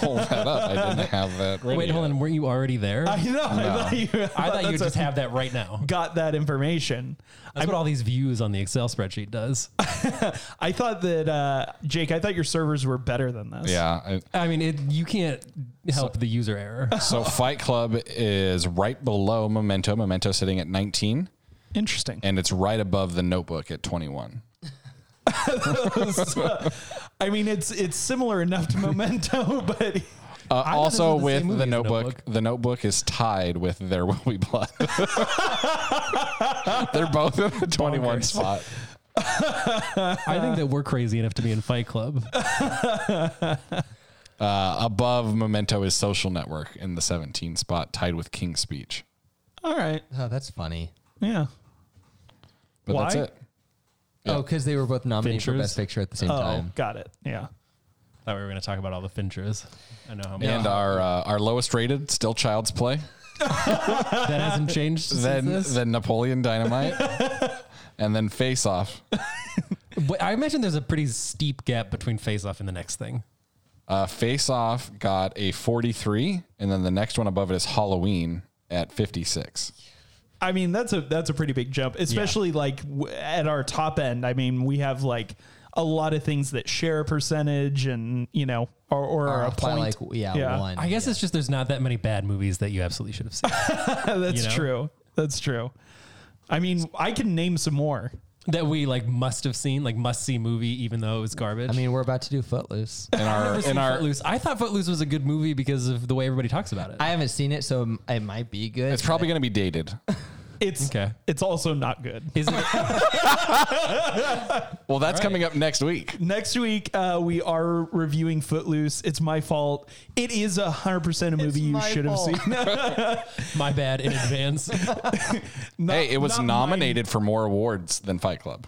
Speaker 3: pull that up. I didn't have that. ready
Speaker 5: Wait, hold
Speaker 3: yet.
Speaker 5: on. Weren't you already there?
Speaker 6: I know. I thought you, I
Speaker 5: I thought you would
Speaker 6: that's
Speaker 5: just have that right now.
Speaker 6: got that information.
Speaker 5: That's what all these views on the Excel spreadsheet does.
Speaker 6: I thought that uh, Jake. I thought your servers were better than this.
Speaker 3: Yeah. I-
Speaker 5: I mean, it, you can't help the user error.
Speaker 3: so Fight Club is right below Memento. Memento sitting at 19.
Speaker 6: Interesting.
Speaker 3: and it's right above the notebook at 21.
Speaker 6: I mean, it's it's similar enough to Memento, but
Speaker 3: Uh,
Speaker 5: this
Speaker 3: also,
Speaker 5: was the
Speaker 3: with
Speaker 5: same movie
Speaker 3: the
Speaker 5: as
Speaker 3: notebook,
Speaker 5: Notebook.
Speaker 3: the notebook is tied with There Will Be Blood. They're both in the 21
Speaker 5: Bonkers.
Speaker 3: spot.
Speaker 5: I think that we're crazy enough to be in Fight Club.
Speaker 3: Uh, above Memento is Social Network in the 17 spot, tied with King's Speech.
Speaker 6: all right.
Speaker 4: Oh, that's funny.
Speaker 6: Yeah.
Speaker 3: But that's
Speaker 6: Why?
Speaker 3: it.
Speaker 4: Oh, 'cause Oh, because they were both nominated for
Speaker 5: Finchers?
Speaker 4: Best Picture at the same
Speaker 6: Oh,
Speaker 4: time.
Speaker 6: got it. Yeah.
Speaker 5: Thought we were going to talk about all the Finchers. I know how much.
Speaker 3: And our uh, our lowest rated, still Child's Play.
Speaker 5: that hasn't changed.
Speaker 3: Then
Speaker 5: since
Speaker 3: then Napoleon Dynamite, and then Face Off.
Speaker 5: this. But I imagine there's a pretty steep gap between Face Off and the next thing.
Speaker 3: Uh, Face Off got a 43, and then the next one above it is Halloween at 56.
Speaker 6: I mean, that's a that's a pretty big jump, especially like w- at our top end. I mean, we have like a lot of things that share a percentage and you know or or are a
Speaker 4: Uh, by
Speaker 6: point.
Speaker 4: like yeah,
Speaker 6: Yeah.
Speaker 4: one.
Speaker 5: I guess it's just there's not that many bad movies that you absolutely should have seen.
Speaker 6: That's
Speaker 5: you know?
Speaker 6: true. That's true. I mean, I can name some more.
Speaker 5: that we like must have seen, like must see movie, even though it was garbage.
Speaker 4: I mean, we're about to do Footloose.
Speaker 3: in our in our
Speaker 5: Footloose. I thought Footloose was a good movie because of the way everybody talks about it.
Speaker 4: I haven't seen it, so m- it might be good.
Speaker 3: it's probably going to be dated.
Speaker 6: It's
Speaker 5: Okay.
Speaker 6: it's also not good.
Speaker 5: Is it,
Speaker 3: Well, that's coming up next week.
Speaker 6: Next week, uh, we are reviewing Footloose. It's my fault. It is a hundred percent a movie you
Speaker 4: my
Speaker 6: should have
Speaker 4: fault.
Speaker 6: seen.
Speaker 5: my bad in advance.
Speaker 6: Not-
Speaker 3: hey, it was
Speaker 6: not
Speaker 3: nominated for more awards than Fight Club.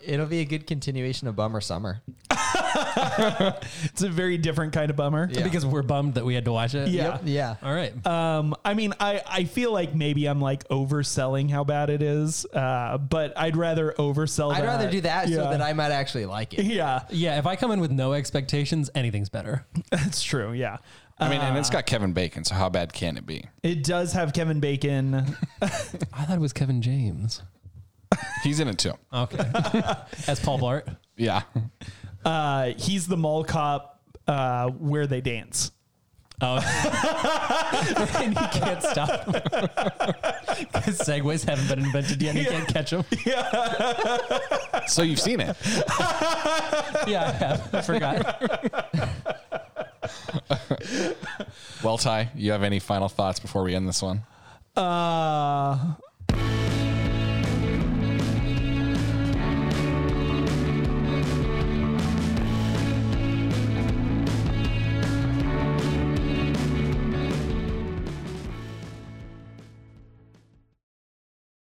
Speaker 4: It'll be a good continuation of Bummer Summer.
Speaker 6: mine. It's a very different kind of bummer.
Speaker 4: Yeah.
Speaker 5: Because we're bummed that we had to watch it.
Speaker 6: Yeah.
Speaker 4: Yeah.
Speaker 5: All right. Uh,
Speaker 6: Um, I mean, I, I feel like maybe I'm like overselling how bad it is, uh, but I'd rather oversell.
Speaker 4: I'd rather do that so
Speaker 6: Yeah.
Speaker 4: that I might actually like it.
Speaker 6: Yeah,
Speaker 5: yeah. If I come in with no expectations, anything's better.
Speaker 6: that's true. Yeah. Uh,
Speaker 3: I mean,
Speaker 6: Ah.
Speaker 3: and it's got Kevin Bacon, so how bad can it be?
Speaker 6: It does have Kevin Bacon.
Speaker 5: I thought it was Kevin James.
Speaker 3: He's in it too.
Speaker 6: Oh.
Speaker 5: Okay. As Paul Blart.
Speaker 3: Yeah.
Speaker 6: Uh, he's the mall cop uh, where they dance.
Speaker 5: and he can't stop. Because segways haven't been invented yet. and He can't catch them.
Speaker 3: So you've seen it.
Speaker 5: Yeah, I have. I forgot.
Speaker 3: Well, Ty, you have any final thoughts before we end this one?
Speaker 6: Uh,